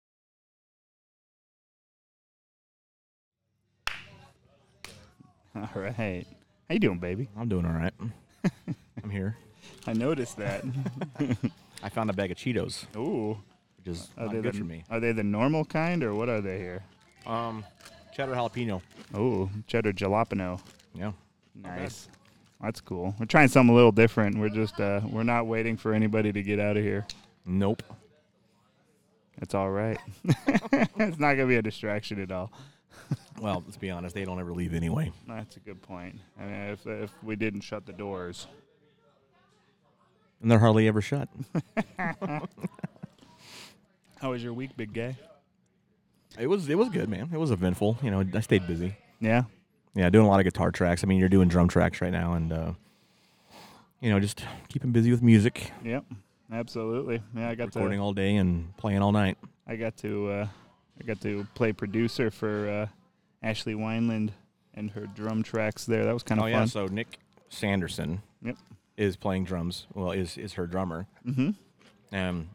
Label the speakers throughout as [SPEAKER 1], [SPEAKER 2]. [SPEAKER 1] All right. How you doing, baby?
[SPEAKER 2] I'm doing all right. I'm here.
[SPEAKER 1] I noticed that.
[SPEAKER 2] I found a bag of Cheetos,
[SPEAKER 1] Ooh.
[SPEAKER 2] which is
[SPEAKER 1] Are
[SPEAKER 2] not
[SPEAKER 1] they
[SPEAKER 2] good
[SPEAKER 1] the,
[SPEAKER 2] for me.
[SPEAKER 1] Are they the normal kind or what are they here?
[SPEAKER 2] Um, cheddar jalapeno.
[SPEAKER 1] Ooh, cheddar jalapeno.
[SPEAKER 2] Yeah.
[SPEAKER 1] Nice. That's cool. We're trying something a little different. We're just uh we're not waiting for anybody to get out of here.
[SPEAKER 2] Nope.
[SPEAKER 1] It's all right. it's not gonna be a distraction at all.
[SPEAKER 2] Well, let's be honest. They don't ever leave anyway.
[SPEAKER 1] That's a good point. I mean, if if we didn't shut the doors,
[SPEAKER 2] And they're hardly ever shut.
[SPEAKER 1] how was your week, big guy?
[SPEAKER 2] it was it was good, man. It was eventful. You know, I stayed busy.
[SPEAKER 1] Yeah,
[SPEAKER 2] Yeah, doing a lot of guitar tracks. I mean, you're doing drum tracks right now, and uh, you know, just keeping busy with music,
[SPEAKER 1] yep, absolutely. Yeah, I got
[SPEAKER 2] recording
[SPEAKER 1] to
[SPEAKER 2] all day and playing all night.
[SPEAKER 1] I got to uh, I got to play producer for uh, Ashley Wineland and her drum tracks there. That was kind of
[SPEAKER 2] Oh
[SPEAKER 1] fun.
[SPEAKER 2] yeah. So Nick Sanderson
[SPEAKER 1] Yep.
[SPEAKER 2] is playing drums. Well, is is her drummer.
[SPEAKER 1] Mhm.
[SPEAKER 2] Um,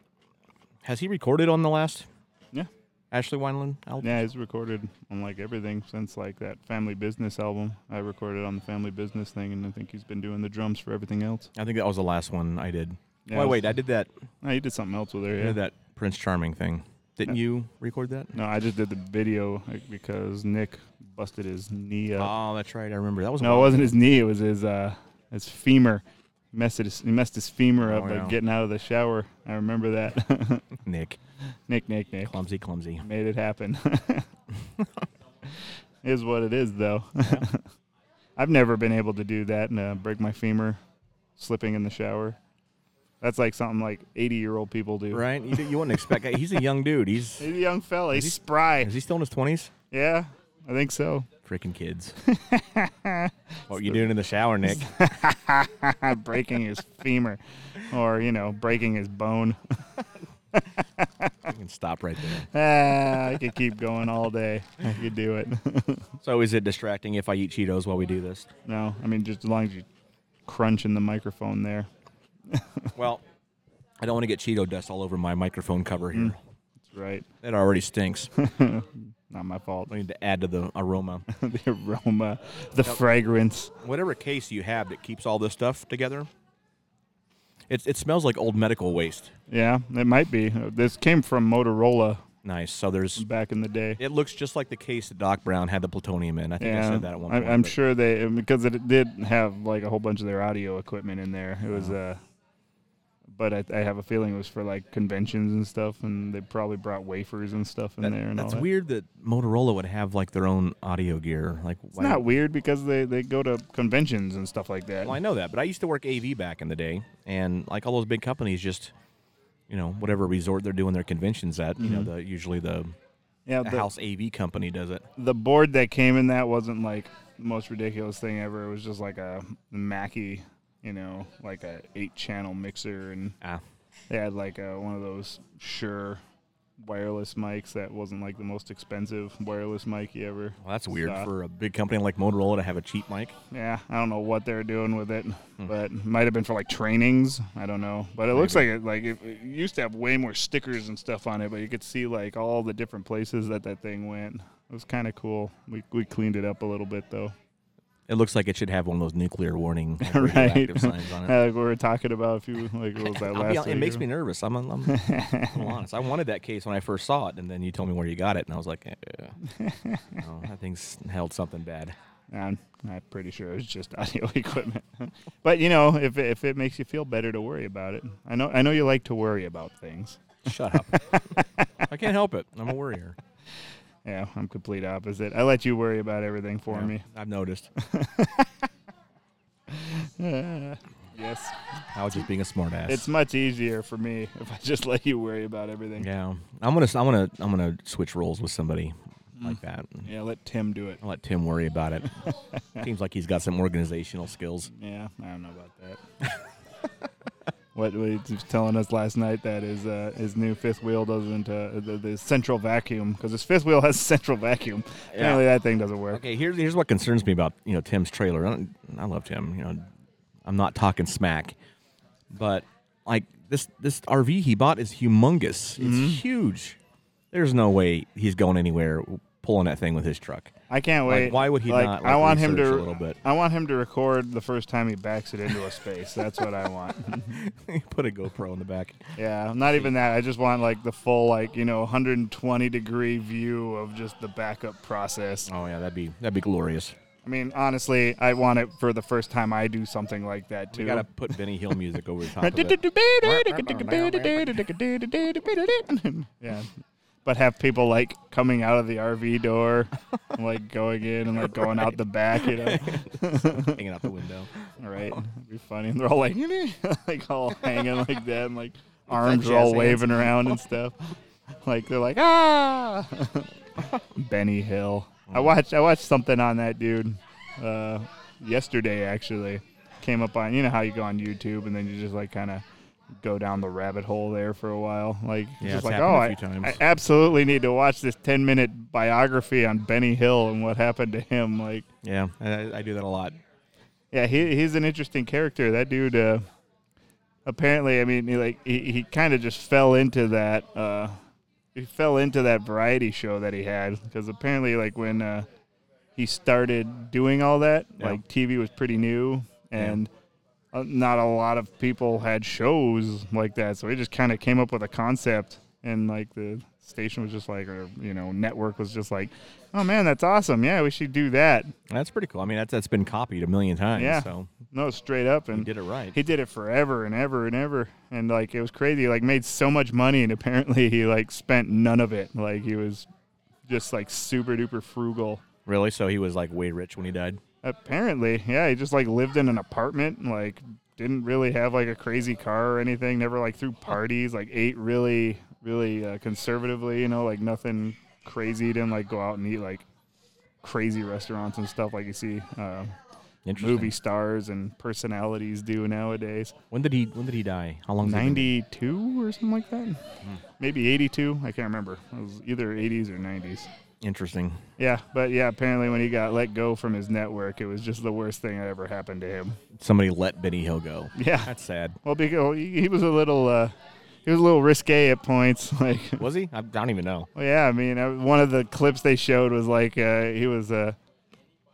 [SPEAKER 2] has he recorded on the last?
[SPEAKER 1] Yeah.
[SPEAKER 2] Ashley Wineland album.
[SPEAKER 1] Yeah, it's recorded on like everything since like that family business album. I recorded on the family business thing, and I think he's been doing the drums for everything else.
[SPEAKER 2] I think that was the last one I did.
[SPEAKER 1] Yeah,
[SPEAKER 2] Wait,
[SPEAKER 1] it was-
[SPEAKER 2] wait, I did that.
[SPEAKER 1] No, he did something else with her.
[SPEAKER 2] I
[SPEAKER 1] Yeah.
[SPEAKER 2] did that Prince Charming thing. Didn't you record that?
[SPEAKER 1] No, I just did the video like, because Nick busted his knee up.
[SPEAKER 2] Oh, that's right. I remember that was. a
[SPEAKER 1] No, it
[SPEAKER 2] while
[SPEAKER 1] wasn't his knee. It was his uh, his femur. He messed his, he messed his femur up
[SPEAKER 2] Oh,
[SPEAKER 1] by
[SPEAKER 2] yeah.
[SPEAKER 1] getting out of the shower. I remember that.
[SPEAKER 2] ago. Nick,
[SPEAKER 1] Nick, Nick, Nick
[SPEAKER 2] clumsy, clumsy.
[SPEAKER 1] made it happen. is what it is, though. I've never been able to do that and uh, break my femur slipping in the shower. That's like something like eighty-year-old people do.
[SPEAKER 2] Right? You, you wouldn't expect. He's a young dude. He's
[SPEAKER 1] He's a young fella. He's
[SPEAKER 2] he-
[SPEAKER 1] spry.
[SPEAKER 2] is he still in his twenties?
[SPEAKER 1] Yeah, I think so.
[SPEAKER 2] Freaking kids. what you doing in the shower, Nick?
[SPEAKER 1] breaking his femur, or you know, breaking his bone.
[SPEAKER 2] You can stop right there.
[SPEAKER 1] Ah, I could keep going all day. I could do it.
[SPEAKER 2] So, is it distracting if I eat Cheetos while we do this?
[SPEAKER 1] no, I mean, just as long as you crunch in the microphone there.
[SPEAKER 2] Well, I don't want to get Cheeto dust all over my microphone cover here.
[SPEAKER 1] Mm. That's right.
[SPEAKER 2] That already stinks.
[SPEAKER 1] Not my fault.
[SPEAKER 2] we need to add to the aroma.
[SPEAKER 1] the aroma, the fragrance.
[SPEAKER 2] Whatever case you have that keeps all this stuff together, it, it smells like old medical waste.
[SPEAKER 1] Yeah, it might be. This came from Motorola
[SPEAKER 2] Nice. So there's.
[SPEAKER 1] back in the day.
[SPEAKER 2] It looks just like the case that Doc Brown had the plutonium in. I think I
[SPEAKER 1] Yeah,
[SPEAKER 2] said that at one
[SPEAKER 1] I-
[SPEAKER 2] point.
[SPEAKER 1] I'm
[SPEAKER 2] but-
[SPEAKER 1] sure they because it did have like a whole bunch of their audio equipment in there. It was uh, but I, I have a feeling it was for like conventions and stuff, and they probably brought wafers and stuff in
[SPEAKER 2] That-
[SPEAKER 1] there. And
[SPEAKER 2] that's
[SPEAKER 1] all that.
[SPEAKER 2] weird that Motorola would have like their own audio gear. Like,
[SPEAKER 1] It's not weird because they, they go to conventions and stuff like that.
[SPEAKER 2] Well, I know that, but I used to work AV back in the day, and like all those big companies, just you know, whatever resort they're doing their conventions at, you know, the usually the,
[SPEAKER 1] yeah,
[SPEAKER 2] the
[SPEAKER 1] Mm-hmm. the,
[SPEAKER 2] house AV company does it.
[SPEAKER 1] the board that came in that wasn't like the most ridiculous thing ever. It was just like a Mackie, you know, like a eight channel mixer, and
[SPEAKER 2] Ah,
[SPEAKER 1] they had like a, one of those Shure wireless mics that wasn't like the most expensive wireless mic you ever.
[SPEAKER 2] well, that's weird
[SPEAKER 1] saw.
[SPEAKER 2] for a big company like Motorola to have a cheap mic.
[SPEAKER 1] Yeah, I don't know what they're doing with it,
[SPEAKER 2] Hmm.
[SPEAKER 1] but it might have been for like trainings. I don't know, but it looks like it like it, it used to have way more stickers and stuff on it, but you could see like all the different places that that thing went. It was kind of cool. We we cleaned it up a little bit though,
[SPEAKER 2] It looks like it should have one of those nuclear warning like,
[SPEAKER 1] right?
[SPEAKER 2] radioactive signs on it.
[SPEAKER 1] like we were talking about a few like what was that
[SPEAKER 2] I'll
[SPEAKER 1] last?
[SPEAKER 2] be hon- it
[SPEAKER 1] week?
[SPEAKER 2] makes me nervous. I'm, I'm, I'm, I'm honest. I wanted that case when I first saw it, and then you told me where you got it, and I was like, eh, no, that thing's held something bad.
[SPEAKER 1] I'm, I'm pretty sure it was just audio equipment, but you know, if if it makes you feel better to worry about it, I know I know you like to worry about things.
[SPEAKER 2] Shut up. I can't help it. I'm a worrier.
[SPEAKER 1] Yeah, I'm complete opposite. I let you worry about everything for
[SPEAKER 2] Yeah,
[SPEAKER 1] me.
[SPEAKER 2] I've noticed.
[SPEAKER 1] Yes.
[SPEAKER 2] I was just being a smartass.
[SPEAKER 1] It's much easier for me if I just let you worry about everything. Yeah,
[SPEAKER 2] yeah. I'm gonna I'm gonna I'm gonna switch roles with somebody
[SPEAKER 1] Mm.
[SPEAKER 2] like that.
[SPEAKER 1] let Tim do it.
[SPEAKER 2] I'll let Tim worry about it. Seems like he's got some organizational skills.
[SPEAKER 1] Yeah, I don't know about that. what what he was telling us last night that his uh, his new fifth wheel doesn't uh, the, the central vacuum because his fifth wheel has central vacuum. Apparently that thing doesn't work.
[SPEAKER 2] Okay, here's here's what concerns me about you know Tim's trailer. I, don't- I love Tim. You know, I'm not talking smack, but like this this RV he bought is Mm-hmm. humongous. It's huge. There's no way he's going anywhere pulling that thing with his truck.
[SPEAKER 1] I can't
[SPEAKER 2] Like,
[SPEAKER 1] wait.
[SPEAKER 2] why would he
[SPEAKER 1] Like,
[SPEAKER 2] not,
[SPEAKER 1] I
[SPEAKER 2] like,
[SPEAKER 1] want him to.
[SPEAKER 2] research a little bit?
[SPEAKER 1] I want him to record the first time he backs it into a space. That's what I want.
[SPEAKER 2] Put a GoPro in the back.
[SPEAKER 1] Yeah, not even that. I just want like the full like you know 120 degree view of just the backup process.
[SPEAKER 2] Oh yeah, that'd be that'd be glorious.
[SPEAKER 1] I mean, honestly, I want it for the first time I do something like that too.
[SPEAKER 2] We gotta put Benny Hill music over the top of it.
[SPEAKER 1] yeah. But have people like coming out of the RV door, like going in and like going out the back, you know?
[SPEAKER 2] Hanging out the window.
[SPEAKER 1] Right? It'd be funny. And they're all like, like all hanging like that, and like
[SPEAKER 2] Like
[SPEAKER 1] arms are
[SPEAKER 2] jazz
[SPEAKER 1] all
[SPEAKER 2] hands.
[SPEAKER 1] waving around and stuff. Like they're like, ah, Benny Hill. I
[SPEAKER 2] Mm.
[SPEAKER 1] watched I watched something on that dude uh, yesterday actually. Came up on you know how you go on YouTube and then you just like kind of go down the rabbit hole there for a while. Like
[SPEAKER 2] Yeah,
[SPEAKER 1] just
[SPEAKER 2] it's
[SPEAKER 1] like
[SPEAKER 2] happened
[SPEAKER 1] oh,
[SPEAKER 2] a
[SPEAKER 1] I,
[SPEAKER 2] few times.
[SPEAKER 1] I absolutely need to watch this ten minute biography on Benny Hill and what happened to him. Like
[SPEAKER 2] Yeah, I, I do that a lot.
[SPEAKER 1] yeah, he he's an interesting character. That dude. Uh, apparently, I mean, he, like he, he kind of just fell into that. Uh, he fell into that variety show that he had because apparently, like when uh, he started doing all that,
[SPEAKER 2] Yeah.
[SPEAKER 1] like TV was pretty new and. uh, Not a lot of people had shows like that, so he just kind of came up with a concept, and like the station was just like, or you know, network was just like, "Oh man, that's awesome! Yeah, we should do that."
[SPEAKER 2] That's pretty cool. I mean, that's that's been copied a million times.
[SPEAKER 1] Yeah.
[SPEAKER 2] So
[SPEAKER 1] No, straight up, and
[SPEAKER 2] you did it right.
[SPEAKER 1] he did it forever and ever and ever and like it was crazy like made so much money and apparently he like spent none of it like he was just like super duper frugal
[SPEAKER 2] Really? So he was like way rich when he died.
[SPEAKER 1] apparently yeah he just like lived in an apartment and, like didn't really have like a crazy car or anything never like threw parties like ate really really uh, conservatively you know like nothing crazy didn't like go out and eat like crazy restaurants and stuff like you see uh,
[SPEAKER 2] Interesting.
[SPEAKER 1] movie stars and personalities do nowadays
[SPEAKER 2] When did he When did he die? How long?
[SPEAKER 1] 92 or something like that. Maybe 82. I can't remember. It was either 80s or 90s.
[SPEAKER 2] Interesting.
[SPEAKER 1] Yeah, but yeah, apparently when he got let go from his network, it was just the worst thing that ever happened to him.
[SPEAKER 2] Somebody let Benny Hill go.
[SPEAKER 1] Yeah.
[SPEAKER 2] That's sad.
[SPEAKER 1] Well, because he he was a little, uh, he was a little risque at points. Like,
[SPEAKER 2] Was he? I don't even know.
[SPEAKER 1] well, yeah, I mean, I, one of the clips they showed was like uh, he was uh,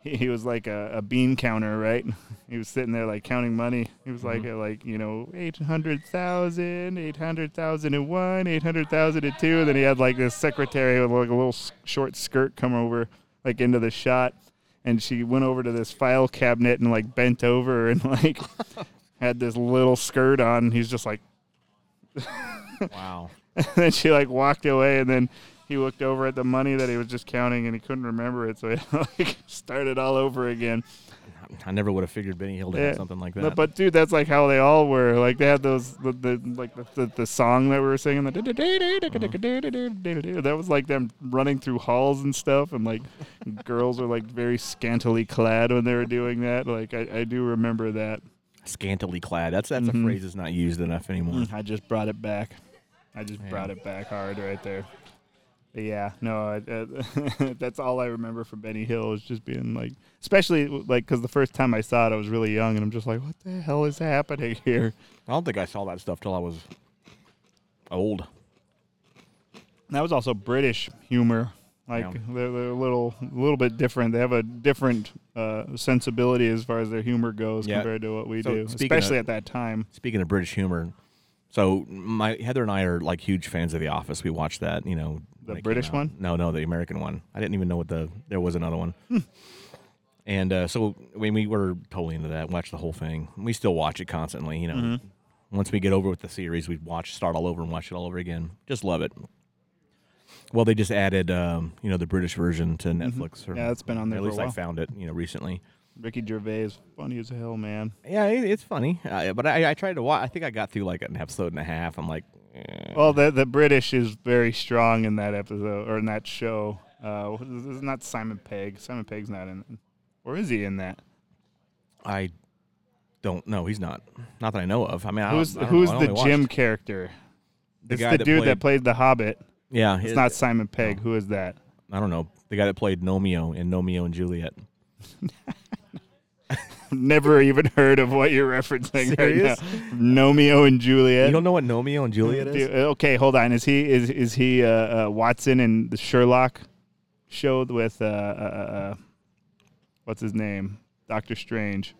[SPEAKER 1] he, he was like a, a bean counter, right? He was sitting there like counting money. He was like uh, like you know 800,000, 800,001, 800,002. And then he had like this secretary with like a little s- short skirt come over like into the shot, and she went over to this file cabinet and like bent over and like had this little skirt on. He's just like
[SPEAKER 2] Wow.
[SPEAKER 1] and then she like walked away and then he looked over at the money that he was just counting and he couldn't remember it so he like started all over again
[SPEAKER 2] I never would have figured Benny Hill did
[SPEAKER 1] Yeah.
[SPEAKER 2] something like
[SPEAKER 1] but,
[SPEAKER 2] that.
[SPEAKER 1] but dude that's like how they all were like they had those the, the like the, the, the song that we were singing the
[SPEAKER 2] Uh-huh.
[SPEAKER 1] that was like them running through halls and stuff and like girls were like very scantily clad when they were doing that like i, I do remember that
[SPEAKER 2] Scantily clad. That's that's
[SPEAKER 1] Mm-hmm.
[SPEAKER 2] a phrase that's not used enough anymore.
[SPEAKER 1] I just brought it back. I just brought it back hard right there. But yeah, no, I, uh, that's all I remember from Benny Hill is just being like, especially like because the first time I saw it, I was really young, and I'm just like, what the hell is happening here?
[SPEAKER 2] I don't think I saw that stuff till I was old.
[SPEAKER 1] And that was also British humor. Like
[SPEAKER 2] Yeah.
[SPEAKER 1] they're, they're a little, a little bit different. They have a different uh, sensibility as far as their humor goes
[SPEAKER 2] Yeah.
[SPEAKER 1] compared to what we
[SPEAKER 2] So
[SPEAKER 1] do,
[SPEAKER 2] speaking of-
[SPEAKER 1] especially at that time.
[SPEAKER 2] Speaking of British humor, so my Heather and I are like huge fans of The Office. We watched that, you know, when
[SPEAKER 1] The
[SPEAKER 2] it came
[SPEAKER 1] British
[SPEAKER 2] out.
[SPEAKER 1] one?
[SPEAKER 2] No, no, the American one. I didn't even know what the there was another one.
[SPEAKER 1] Hmm.
[SPEAKER 2] and uh, so when we were totally into that, watched the whole thing. We still watch it constantly, you know.
[SPEAKER 1] Mm-hmm.
[SPEAKER 2] Once we get over with the series, we watch, start all over, and watch it all over again. Just love it. Well, they just added, um, you know, the British version to Netflix. Or
[SPEAKER 1] Mm-hmm. Yeah, it's been on there
[SPEAKER 2] At
[SPEAKER 1] for a
[SPEAKER 2] least I
[SPEAKER 1] while.
[SPEAKER 2] found it, you know, recently.
[SPEAKER 1] Ricky Gervais, is funny as hell, man.
[SPEAKER 2] Yeah, it, it's funny, uh, but I, I tried to watch. I think I got through like an episode and a half. I'm like, eh.
[SPEAKER 1] Well, the the British is very strong in that episode or in that show. Uh, what is this is not Simon Pegg. Simon Pegg's not in, or is he in that?
[SPEAKER 2] I don't know. He's not. Not that I know of. I mean, I don't-
[SPEAKER 1] Who's
[SPEAKER 2] I don't know.
[SPEAKER 1] who's
[SPEAKER 2] I
[SPEAKER 1] the
[SPEAKER 2] only watched-
[SPEAKER 1] Jim character?
[SPEAKER 2] The
[SPEAKER 1] it's
[SPEAKER 2] guy
[SPEAKER 1] the
[SPEAKER 2] that
[SPEAKER 1] dude
[SPEAKER 2] played, oh.
[SPEAKER 1] that played the Hobbit.
[SPEAKER 2] Yeah,
[SPEAKER 1] It's
[SPEAKER 2] it-
[SPEAKER 1] not Simon Pegg. Who is that?
[SPEAKER 2] I don't know. The guy that played Nomeo in Nomeo and Juliet.
[SPEAKER 1] Never even heard of what you're referencing
[SPEAKER 2] Serious?
[SPEAKER 1] right now. Romeo and Juliet.
[SPEAKER 2] You don't know what Nomeo and Juliet
[SPEAKER 1] Do-
[SPEAKER 2] is?
[SPEAKER 1] okay, hold on. Is he is is he uh, uh, Watson and the Sherlock? showed with uh, uh, uh, uh, what's his name, Doctor Strange.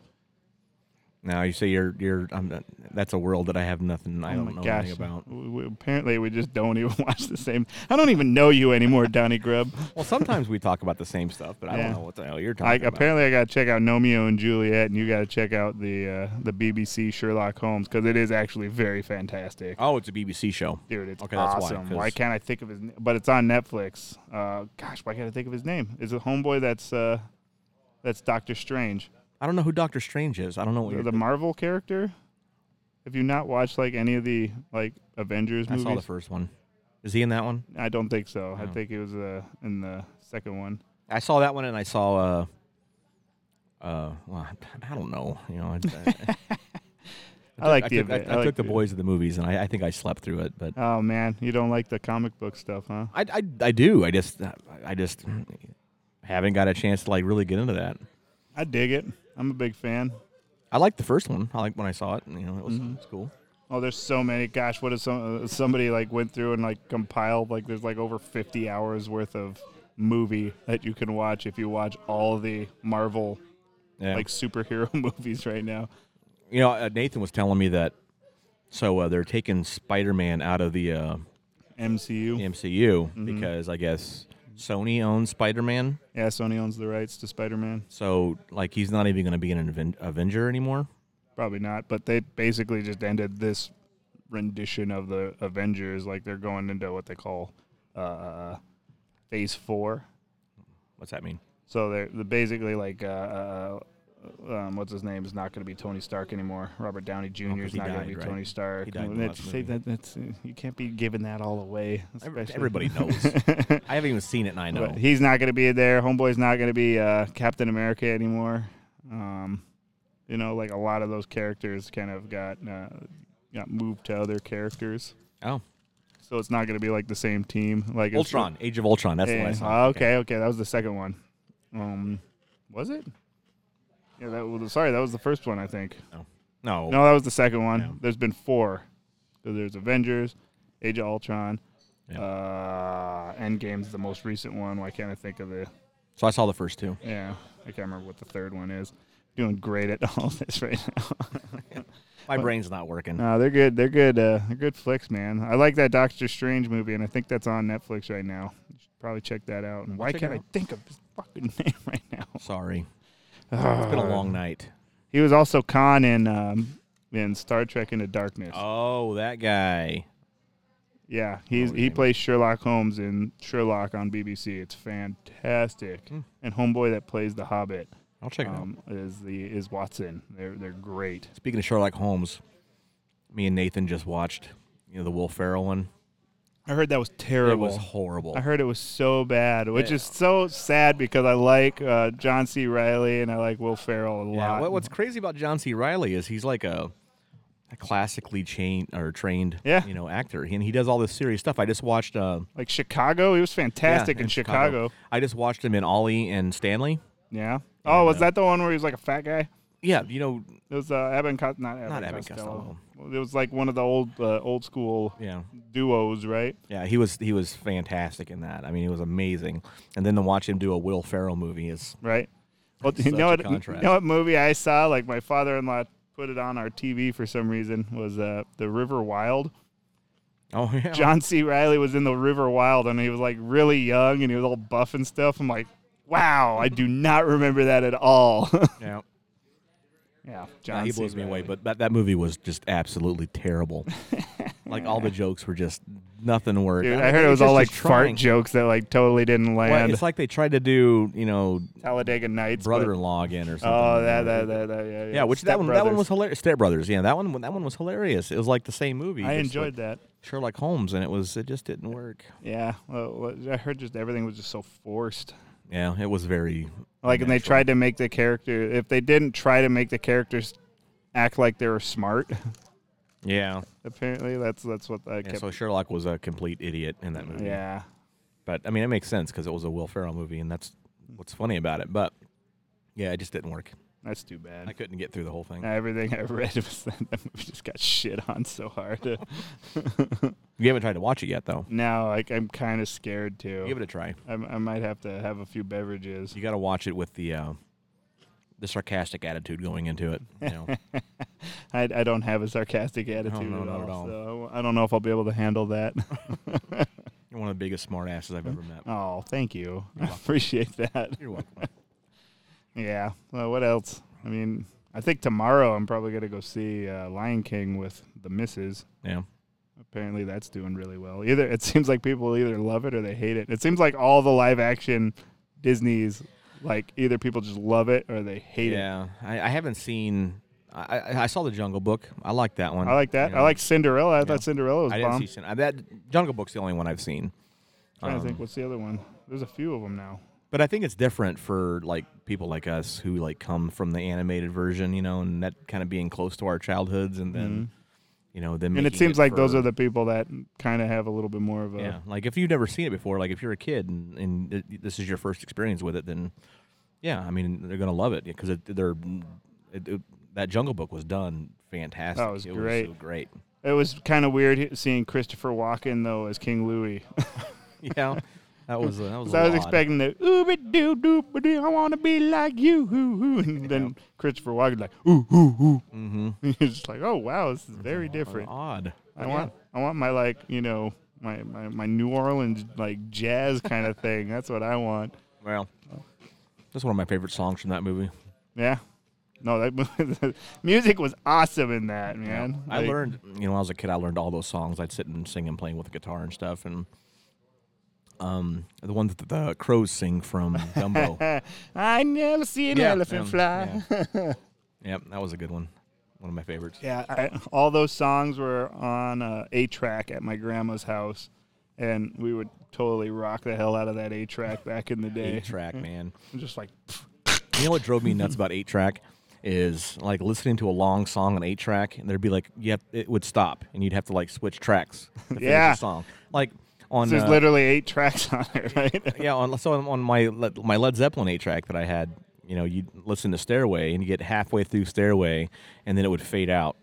[SPEAKER 2] Now you say you're you're. I'm, not- that's a world that I have nothing. I
[SPEAKER 1] Oh
[SPEAKER 2] don't
[SPEAKER 1] my
[SPEAKER 2] know
[SPEAKER 1] gosh!
[SPEAKER 2] anything about.
[SPEAKER 1] We, we- apparently, we just don't even watch the same. I don't even know you anymore, Donnie Grubb.
[SPEAKER 2] Well, sometimes we talk about the same stuff, but I
[SPEAKER 1] Yeah.
[SPEAKER 2] don't know what the hell
[SPEAKER 1] I,
[SPEAKER 2] you're talking about.
[SPEAKER 1] apparently, I got to check out Nomeo and Juliet, and you got to check out the uh, the BBC Sherlock Holmes because it is actually very fantastic,
[SPEAKER 2] Oh, it's a BBC show.
[SPEAKER 1] dude. It's
[SPEAKER 2] Okay, that's why,
[SPEAKER 1] awesome. why,
[SPEAKER 2] 'cause-
[SPEAKER 1] can't I think of his? n- But it's on Netflix. Uh, gosh, why can't I think of his name? Is it Homeboy? That's uh, that's Doctor Strange,
[SPEAKER 2] I don't know who Doctor Strange is. I don't know what
[SPEAKER 1] the,
[SPEAKER 2] you're.
[SPEAKER 1] the Marvel character. Have you not watched like any of the like Avengers
[SPEAKER 2] I
[SPEAKER 1] movies?
[SPEAKER 2] saw the first one. Is he in that one?
[SPEAKER 1] I don't think so. I
[SPEAKER 2] No.
[SPEAKER 1] think it was uh, in the second one.
[SPEAKER 2] I saw that one, and I saw. Uh, uh, well, I- I don't know. You know, I, I,
[SPEAKER 1] I like
[SPEAKER 2] I
[SPEAKER 1] the
[SPEAKER 2] took, I,
[SPEAKER 1] event.
[SPEAKER 2] I
[SPEAKER 1] like
[SPEAKER 2] took the boys to the movies, and I, I think I slept through it. But
[SPEAKER 1] Oh man, you don't like the comic book stuff, huh?
[SPEAKER 2] I, I, I do. I just, I just haven't got a chance to like really get into that.
[SPEAKER 1] I dig it. I'm a big fan.
[SPEAKER 2] I liked the first one. I liked when I saw it. and, You know, it was, it was cool.
[SPEAKER 1] Oh, there's so many. Gosh, what if some uh, somebody like went through and like compiled like there's like over 50 hours worth of movie that you can watch if you watch all the Marvel
[SPEAKER 2] Yeah.
[SPEAKER 1] like superhero movies right now.
[SPEAKER 2] you know, uh, Nathan was telling me that. So uh, they're taking Spider-Man out of the uh,
[SPEAKER 1] MCU. Yeah.
[SPEAKER 2] MCU
[SPEAKER 1] Mm-hmm.
[SPEAKER 2] because I guess Sony owns Spider-Man.
[SPEAKER 1] Sony owns the rights to Spider-Man.
[SPEAKER 2] So like he's not even going to be an Aven- Avenger anymore.
[SPEAKER 1] Probably not, but they basically just ended this rendition of the Avengers. Like they're going into what they call uh, Phase Four.
[SPEAKER 2] What's that mean?
[SPEAKER 1] So they're, they're basically like, uh, uh, um, what's his name is not going to be Tony Stark anymore. Robert Downey Jr. is
[SPEAKER 2] Oh, he
[SPEAKER 1] not going to
[SPEAKER 2] died,
[SPEAKER 1] be
[SPEAKER 2] right?
[SPEAKER 1] Tony Stark.
[SPEAKER 2] He died in
[SPEAKER 1] And
[SPEAKER 2] the
[SPEAKER 1] that's-
[SPEAKER 2] last
[SPEAKER 1] say
[SPEAKER 2] movie.
[SPEAKER 1] that- that's- you can't be giving that all away.
[SPEAKER 2] Every-
[SPEAKER 1] Especially.
[SPEAKER 2] Everybody knows. I haven't even seen it, and I know.
[SPEAKER 1] But he's not going to be there. Homeboy's not going to be uh, Captain America anymore. Um, you know, like a lot of those characters kind of got uh, got moved to other characters.
[SPEAKER 2] oh,
[SPEAKER 1] So it's not going to be like the same team. Like it's-
[SPEAKER 2] Ultron, Age of Ultron. That's the
[SPEAKER 1] Yeah.
[SPEAKER 2] last one.
[SPEAKER 1] Oh, okay, okay, that was the second one. Um, was it? Yeah, that was. Sorry, that was the first one, I think.
[SPEAKER 2] No,
[SPEAKER 1] No, that was the second one.
[SPEAKER 2] Yeah.
[SPEAKER 1] There's been four. So there's Avengers, Age of Ultron,
[SPEAKER 2] Yeah.
[SPEAKER 1] uh, Endgame's the most recent one. Why can't I think of the?
[SPEAKER 2] So I saw the first two.
[SPEAKER 1] Yeah, I can't remember what the third one is. Doing great at all this right now.
[SPEAKER 2] My brain's not working.
[SPEAKER 1] no, they're good. They're good. Uh, they're good flicks, man. I like that Doctor Strange movie, and I think that's on Netflix right now. You should probably check that out. And why
[SPEAKER 2] check it
[SPEAKER 1] can't I
[SPEAKER 2] out.
[SPEAKER 1] think of his fucking name right now?
[SPEAKER 2] Sorry, it's been a long night.
[SPEAKER 1] Uh, He was also Khan in um, in Star Trek Into Darkness.
[SPEAKER 2] Oh, that guy.
[SPEAKER 1] yeah, he's
[SPEAKER 2] Oh,
[SPEAKER 1] he
[SPEAKER 2] yeah.
[SPEAKER 1] plays Sherlock Holmes in Sherlock on BBC. It's fantastic. And homeboy that plays the Hobbit
[SPEAKER 2] I'll Hmm. check it out.
[SPEAKER 1] um, is the is Watson. They're they're great.
[SPEAKER 2] Speaking of Sherlock Holmes, me and Nathan just watched, you know, the Will Ferrell one.
[SPEAKER 1] I heard that was
[SPEAKER 2] It
[SPEAKER 1] terrible.
[SPEAKER 2] was horrible.
[SPEAKER 1] I heard it was so bad, which
[SPEAKER 2] Yeah.
[SPEAKER 1] is so sad because I like uh, John C. Riley and I like Will Ferrell a
[SPEAKER 2] Yeah,
[SPEAKER 1] lot.
[SPEAKER 2] what, what's crazy about John C. Riley is he's like a, a classically chain or trained,
[SPEAKER 1] Yeah.
[SPEAKER 2] you know, actor, and he does all this serious stuff. I just watched. Uh,
[SPEAKER 1] like Chicago, he was
[SPEAKER 2] yeah,
[SPEAKER 1] fantastic in, Chicago.
[SPEAKER 2] I just watched him in Ollie and Stanley.
[SPEAKER 1] Yeah. Oh, was that the one where he was like a fat guy?
[SPEAKER 2] Yeah, you know,
[SPEAKER 1] It was uh, Abbott and Cost- not Abbott,
[SPEAKER 2] Not
[SPEAKER 1] and
[SPEAKER 2] Abbott and
[SPEAKER 1] Costello. Well, It was like one of the old uh, old school
[SPEAKER 2] yeah.
[SPEAKER 1] duos, right?
[SPEAKER 2] Yeah, he was he was fantastic in that. I mean, he was amazing. And then to watch him do a Will Ferrell movie is
[SPEAKER 1] Right. Well, you
[SPEAKER 2] Such a
[SPEAKER 1] know what? You
[SPEAKER 2] contrast.
[SPEAKER 1] know what movie I saw? Like my father-in-law put it on our TV for some reason. Was uh, the River Wild?
[SPEAKER 2] oh yeah.
[SPEAKER 1] John C. Riley was in the River Wild, and he was like really young, and he was all buff and stuff. I'm like, wow, I do not remember that at all.
[SPEAKER 2] yeah.
[SPEAKER 1] yeah, John.
[SPEAKER 2] Nah, he
[SPEAKER 1] C.
[SPEAKER 2] blows me away.
[SPEAKER 1] Reilly.
[SPEAKER 2] But that, that movie was just absolutely terrible. like all the jokes were just nothing worked.
[SPEAKER 1] Dude,
[SPEAKER 2] mean,
[SPEAKER 1] I heard
[SPEAKER 2] they
[SPEAKER 1] it
[SPEAKER 2] were
[SPEAKER 1] was
[SPEAKER 2] just-
[SPEAKER 1] all like
[SPEAKER 2] just
[SPEAKER 1] fart
[SPEAKER 2] trying.
[SPEAKER 1] jokes that like totally didn't
[SPEAKER 2] Well,
[SPEAKER 1] land.
[SPEAKER 2] it's like they tried to do you know
[SPEAKER 1] Talladega Nights, but-
[SPEAKER 2] brother-in-law again or something.
[SPEAKER 1] Oh,
[SPEAKER 2] you
[SPEAKER 1] that, that,
[SPEAKER 2] know.
[SPEAKER 1] that, that, yeah, yeah.
[SPEAKER 2] Yeah, which
[SPEAKER 1] Step
[SPEAKER 2] that one that one
[SPEAKER 1] Brothers.
[SPEAKER 2] was hilarious. Step Brothers, yeah, that one that one was hilarious. It was like the same movie.
[SPEAKER 1] I
[SPEAKER 2] just
[SPEAKER 1] enjoyed that.
[SPEAKER 2] like Sherlock Holmes, and it was it just didn't work.
[SPEAKER 1] Yeah, well, what- I heard just everything was just so forced.
[SPEAKER 2] Yeah, it was very
[SPEAKER 1] Like, and they
[SPEAKER 2] unnatural.
[SPEAKER 1] tried to make the character. If they didn't try to make the characters act like they were smart,
[SPEAKER 2] Yeah,
[SPEAKER 1] apparently that's that's what I
[SPEAKER 2] yeah
[SPEAKER 1] kept.
[SPEAKER 2] so Sherlock was a complete idiot in that movie.
[SPEAKER 1] yeah,
[SPEAKER 2] But I mean, it makes sense because it was a Will Ferrell movie, and that's what's funny about it. But yeah, it just didn't work.
[SPEAKER 1] That's too bad.
[SPEAKER 2] I couldn't get through the whole thing.
[SPEAKER 1] Everything I read was that that movie just got shit on so hard.
[SPEAKER 2] You haven't tried to watch it yet, though.
[SPEAKER 1] now like, I'm kind of scared too.
[SPEAKER 2] Give it a try.
[SPEAKER 1] I, I might have to have a few beverages.
[SPEAKER 2] You got to watch it with the uh, the sarcastic attitude going into it. You know,
[SPEAKER 1] I, I don't have a sarcastic attitude
[SPEAKER 2] no,
[SPEAKER 1] at,
[SPEAKER 2] not
[SPEAKER 1] all,
[SPEAKER 2] at all.
[SPEAKER 1] so I don't know if I'll be able to handle that.
[SPEAKER 2] you're one of the biggest smartasses I've ever met.
[SPEAKER 1] oh, thank you. I appreciate that.
[SPEAKER 2] You're welcome.
[SPEAKER 1] Yeah. Well, what else? I mean, I think tomorrow I'm probably gonna go see uh, Lion King with the missus.
[SPEAKER 2] Yeah.
[SPEAKER 1] Apparently, that's doing really well. Either it seems like people either love it or they hate it. It seems like all the live action Disney's like either people just love it or they hate it.
[SPEAKER 2] Yeah, I, I haven't seen. I, I- I saw the Jungle Book. I like that one.
[SPEAKER 1] I like that.
[SPEAKER 2] You know,
[SPEAKER 1] I like Cinderella. I thought Cinderella was
[SPEAKER 2] I didn't
[SPEAKER 1] bomb.
[SPEAKER 2] see Sin- I- that Jungle Book's the only one I've seen.
[SPEAKER 1] trying to
[SPEAKER 2] Um,
[SPEAKER 1] think, what's the other one? There's a few of them now.
[SPEAKER 2] But I think it's different for like people like us who like come from the animated version, you know, and that kind of being close to our childhoods, and then you know, then
[SPEAKER 1] Mm-hmm. And it seems like those are the people that kind of have a little bit more of a.
[SPEAKER 2] yeah. Like if you've never seen it before, like if you're a kid and, and th- this is your first experience with it, then yeah, I mean they're gonna love it because it, they're it, it, that Jungle Book was done fantastic.
[SPEAKER 1] Oh, it was great.
[SPEAKER 2] so great.
[SPEAKER 1] It was kind of weird he- seeing Christopher Walken though as King Louis.
[SPEAKER 2] yeah, that was that was.
[SPEAKER 1] So
[SPEAKER 2] a
[SPEAKER 1] I was
[SPEAKER 2] lot.
[SPEAKER 1] expecting the ooh doo doo doo. I want to be like you, hoo hoo. And then Christopher Walken like ooh ooh ooh.
[SPEAKER 2] Mm-hmm.
[SPEAKER 1] You're just like, oh wow, this is very different.
[SPEAKER 2] Odd.
[SPEAKER 1] I want I want my like you know my my, my New Orleans like jazz kind of thing. That's what I want.
[SPEAKER 2] Well, that's one of my favorite songs from that movie.
[SPEAKER 1] Yeah. No, that mo- music was awesome in that man.
[SPEAKER 2] I
[SPEAKER 1] Like,
[SPEAKER 2] learned, you know, when I was a kid, I learned all those songs. I'd sit and sing and playing with the guitar and stuff. And um, the ones that the crows sing from Dumbo.
[SPEAKER 1] "Eh, I never see an
[SPEAKER 2] Yeah,
[SPEAKER 1] elephant
[SPEAKER 2] um,
[SPEAKER 1] fly. Yeah,
[SPEAKER 2] yep, that was a good one. One of my favorites.
[SPEAKER 1] I, all those songs were on uh, a track at my grandma's house, and we would totally rock the hell out of that a track back in the day.
[SPEAKER 2] Eight track, man.
[SPEAKER 1] Just like
[SPEAKER 2] You know what drove me nuts about eight track is like listening to a long song on eight track, and there'd be like, yep, it would stop, and you'd have to like switch tracks. To finish the
[SPEAKER 1] Yeah.
[SPEAKER 2] song like on
[SPEAKER 1] there's
[SPEAKER 2] uh,
[SPEAKER 1] literally eight tracks on there, right?
[SPEAKER 2] yeah, on so on my Le- my Led Zeppelin eight track that I had, you know, you would listen to Stairway and you get halfway through Stairway, and then it would fade out,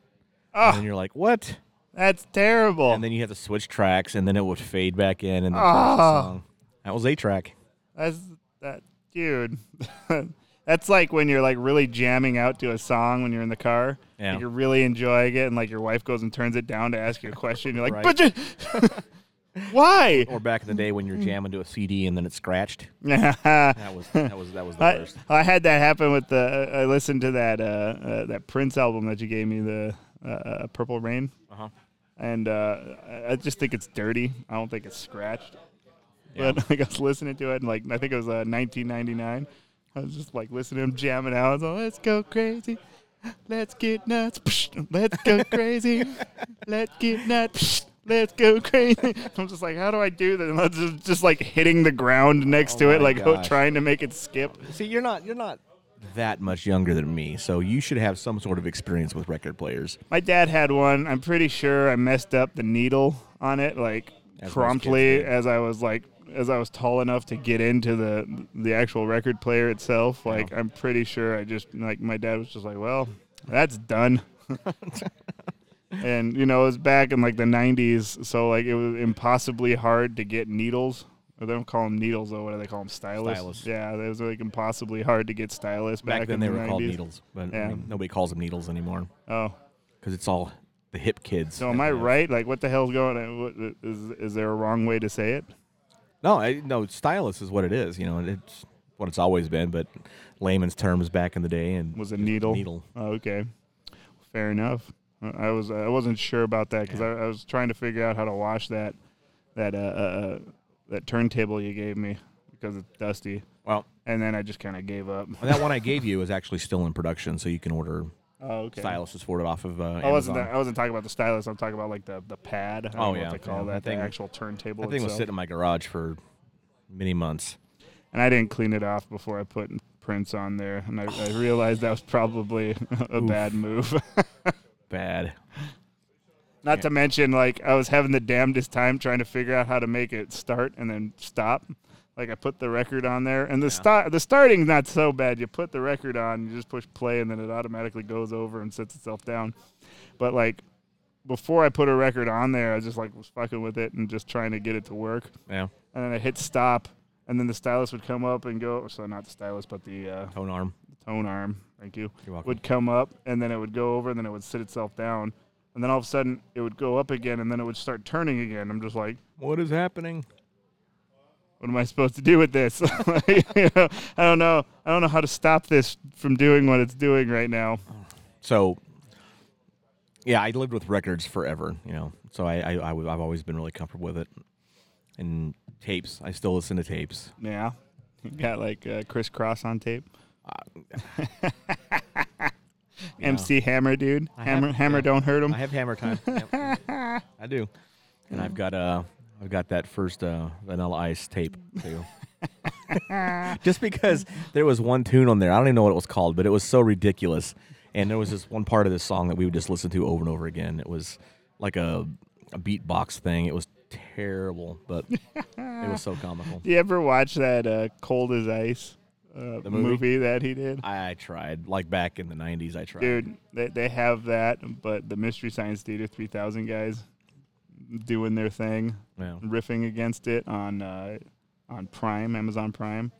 [SPEAKER 2] and
[SPEAKER 1] Ah.
[SPEAKER 2] then you're like, what?
[SPEAKER 1] That's terrible.
[SPEAKER 2] And then you have to switch tracks, and then it would fade back in, and then finish the
[SPEAKER 1] Ah.
[SPEAKER 2] song. That was eight track.
[SPEAKER 1] That's that dude. That's like when you're like really jamming out to a song when you're in the car.
[SPEAKER 2] Yeah.
[SPEAKER 1] Like you're really enjoying it, and like your wife goes and turns it down to ask you a question. You're like,
[SPEAKER 2] Right.
[SPEAKER 1] but ju- why?
[SPEAKER 2] Or back in the day when
[SPEAKER 1] Mm.
[SPEAKER 2] you're jamming to a CD and then it scratched.
[SPEAKER 1] I,
[SPEAKER 2] That was that was that was the worst.
[SPEAKER 1] I had that happen with the. I listened to that uh, uh, that Prince album that you gave me, the uh, uh, Purple Rain,
[SPEAKER 2] Uh-huh.
[SPEAKER 1] and uh, I- I just think it's dirty. I don't think it's scratched.
[SPEAKER 2] Yeah.
[SPEAKER 1] But like I was listening to it, and like I think it was uh, 1999. I was just like listening to him jamming out. I was like, "Let's go crazy, let's get nuts, Psh, let's go crazy, let's get nuts, Psh, let's go crazy." I'm just like, "How do I do that?" And I'm just, just like hitting the ground next
[SPEAKER 2] Oh
[SPEAKER 1] to it,
[SPEAKER 2] my
[SPEAKER 1] like ho-
[SPEAKER 2] gosh.
[SPEAKER 1] trying to make it skip.
[SPEAKER 2] See, you're not you're not that much younger than me, so you should have some sort of experience with record players.
[SPEAKER 1] My dad had one. I'm pretty sure I messed up the needle on it, like
[SPEAKER 2] As most
[SPEAKER 1] promptly
[SPEAKER 2] kids do.
[SPEAKER 1] as I was like as I was tall enough to get into the the actual record player itself. Like I'm pretty sure I just like my dad was just like, well, that's done. and you know, it was back in like the 90s, so like it was impossibly hard to get needles. Or they don't call them needles though. What do they call them? Stylus.
[SPEAKER 2] Stylus.
[SPEAKER 1] Yeah, it was like impossibly hard to get stylus back,
[SPEAKER 2] Back, then,
[SPEAKER 1] in
[SPEAKER 2] they
[SPEAKER 1] the
[SPEAKER 2] were
[SPEAKER 1] 90s.
[SPEAKER 2] called needles, but I
[SPEAKER 1] Yeah.
[SPEAKER 2] mean, nobody calls them needles anymore
[SPEAKER 1] Oh,
[SPEAKER 2] because it's all the hip kids.
[SPEAKER 1] So am I right? Like, what the hell's going? on? What- Is is there a wrong way to say it?
[SPEAKER 2] No, I, no, stylus is what it is. You know, and it's what it's always been. But layman's terms back in the day, and
[SPEAKER 1] Was a needle?
[SPEAKER 2] needle.
[SPEAKER 1] Oh, okay, fair enough. I I was I wasn't sure about that because I, I was trying to figure out how to wash that that uh, uh, uh, that turntable you gave me because it's dusty,
[SPEAKER 2] Well,
[SPEAKER 1] and then I just kind of gave up.
[SPEAKER 2] that one I gave you is actually still in production, so you can order
[SPEAKER 1] Oh, okay.
[SPEAKER 2] styluses for it off of uh,
[SPEAKER 1] I wasn't
[SPEAKER 2] Amazon.
[SPEAKER 1] I wasn't talking about the stylus. I'm talking about like the the pad. I don't
[SPEAKER 2] Oh,
[SPEAKER 1] know
[SPEAKER 2] yeah,
[SPEAKER 1] what they call
[SPEAKER 2] yeah.
[SPEAKER 1] that.
[SPEAKER 2] That
[SPEAKER 1] The
[SPEAKER 2] thing-
[SPEAKER 1] actual turntable.
[SPEAKER 2] That thing was
[SPEAKER 1] itself.
[SPEAKER 2] sitting in my garage for many months.
[SPEAKER 1] and I didn't clean it off before I put prints on there, and I, I realized that was probably a bad move.
[SPEAKER 2] Bad.
[SPEAKER 1] Not to mention, like I was having the damnedest time trying to figure out how to make it start and then stop. Like I put the record on there, and the start the starting's not so bad. You put the record on, you just push play, and then it automatically goes over and sets itself down. But like before I put a record on there, I just like was fucking with it and just trying to get it to work.
[SPEAKER 2] Yeah.
[SPEAKER 1] And then I hit stop, and then the stylus would come up and go. So not the stylus, but the uh,
[SPEAKER 2] Tone arm.
[SPEAKER 1] tone arm. Thank you.
[SPEAKER 2] You're welcome.
[SPEAKER 1] Would come up and then it would go over and then it would sit itself down. And then all of a sudden it would go up again and then it would start turning again. I'm just like,
[SPEAKER 2] What is happening?
[SPEAKER 1] what am I supposed to do with this? Like, you know, I don't know. I don't know how to stop this from doing what it's doing right now.
[SPEAKER 2] So, yeah, I lived with records forever, you know. So I, I, I w- I've always been really comfortable with it. And tapes, I still listen to tapes.
[SPEAKER 1] Yeah. You got like uh, crisscross on tape. MC Hammer, dude.
[SPEAKER 2] I have-
[SPEAKER 1] hammer, Hammer,
[SPEAKER 2] yeah.
[SPEAKER 1] don't hurt him.
[SPEAKER 2] I have hammer time. Yep. I do. And I've got uh, I've got that first uh, Vanilla Ice tape too. Just because there was one tune on there, I don't even know what it was called, but it was so ridiculous. And there was this one part of this song that we would just listen to over and over again. It was like a, a beatbox thing. It was terrible, but it was so comical.
[SPEAKER 1] Do you ever watch that uh, Cold as Ice uh,
[SPEAKER 2] The movie?
[SPEAKER 1] movie? that he did?
[SPEAKER 2] I tried, like back in the '90s, I tried.
[SPEAKER 1] Dude, they, they have that, but the Mystery Science Theater 3000 guys doing their thing,
[SPEAKER 2] Yeah.
[SPEAKER 1] riffing against it on uh, on Prime, Amazon Prime.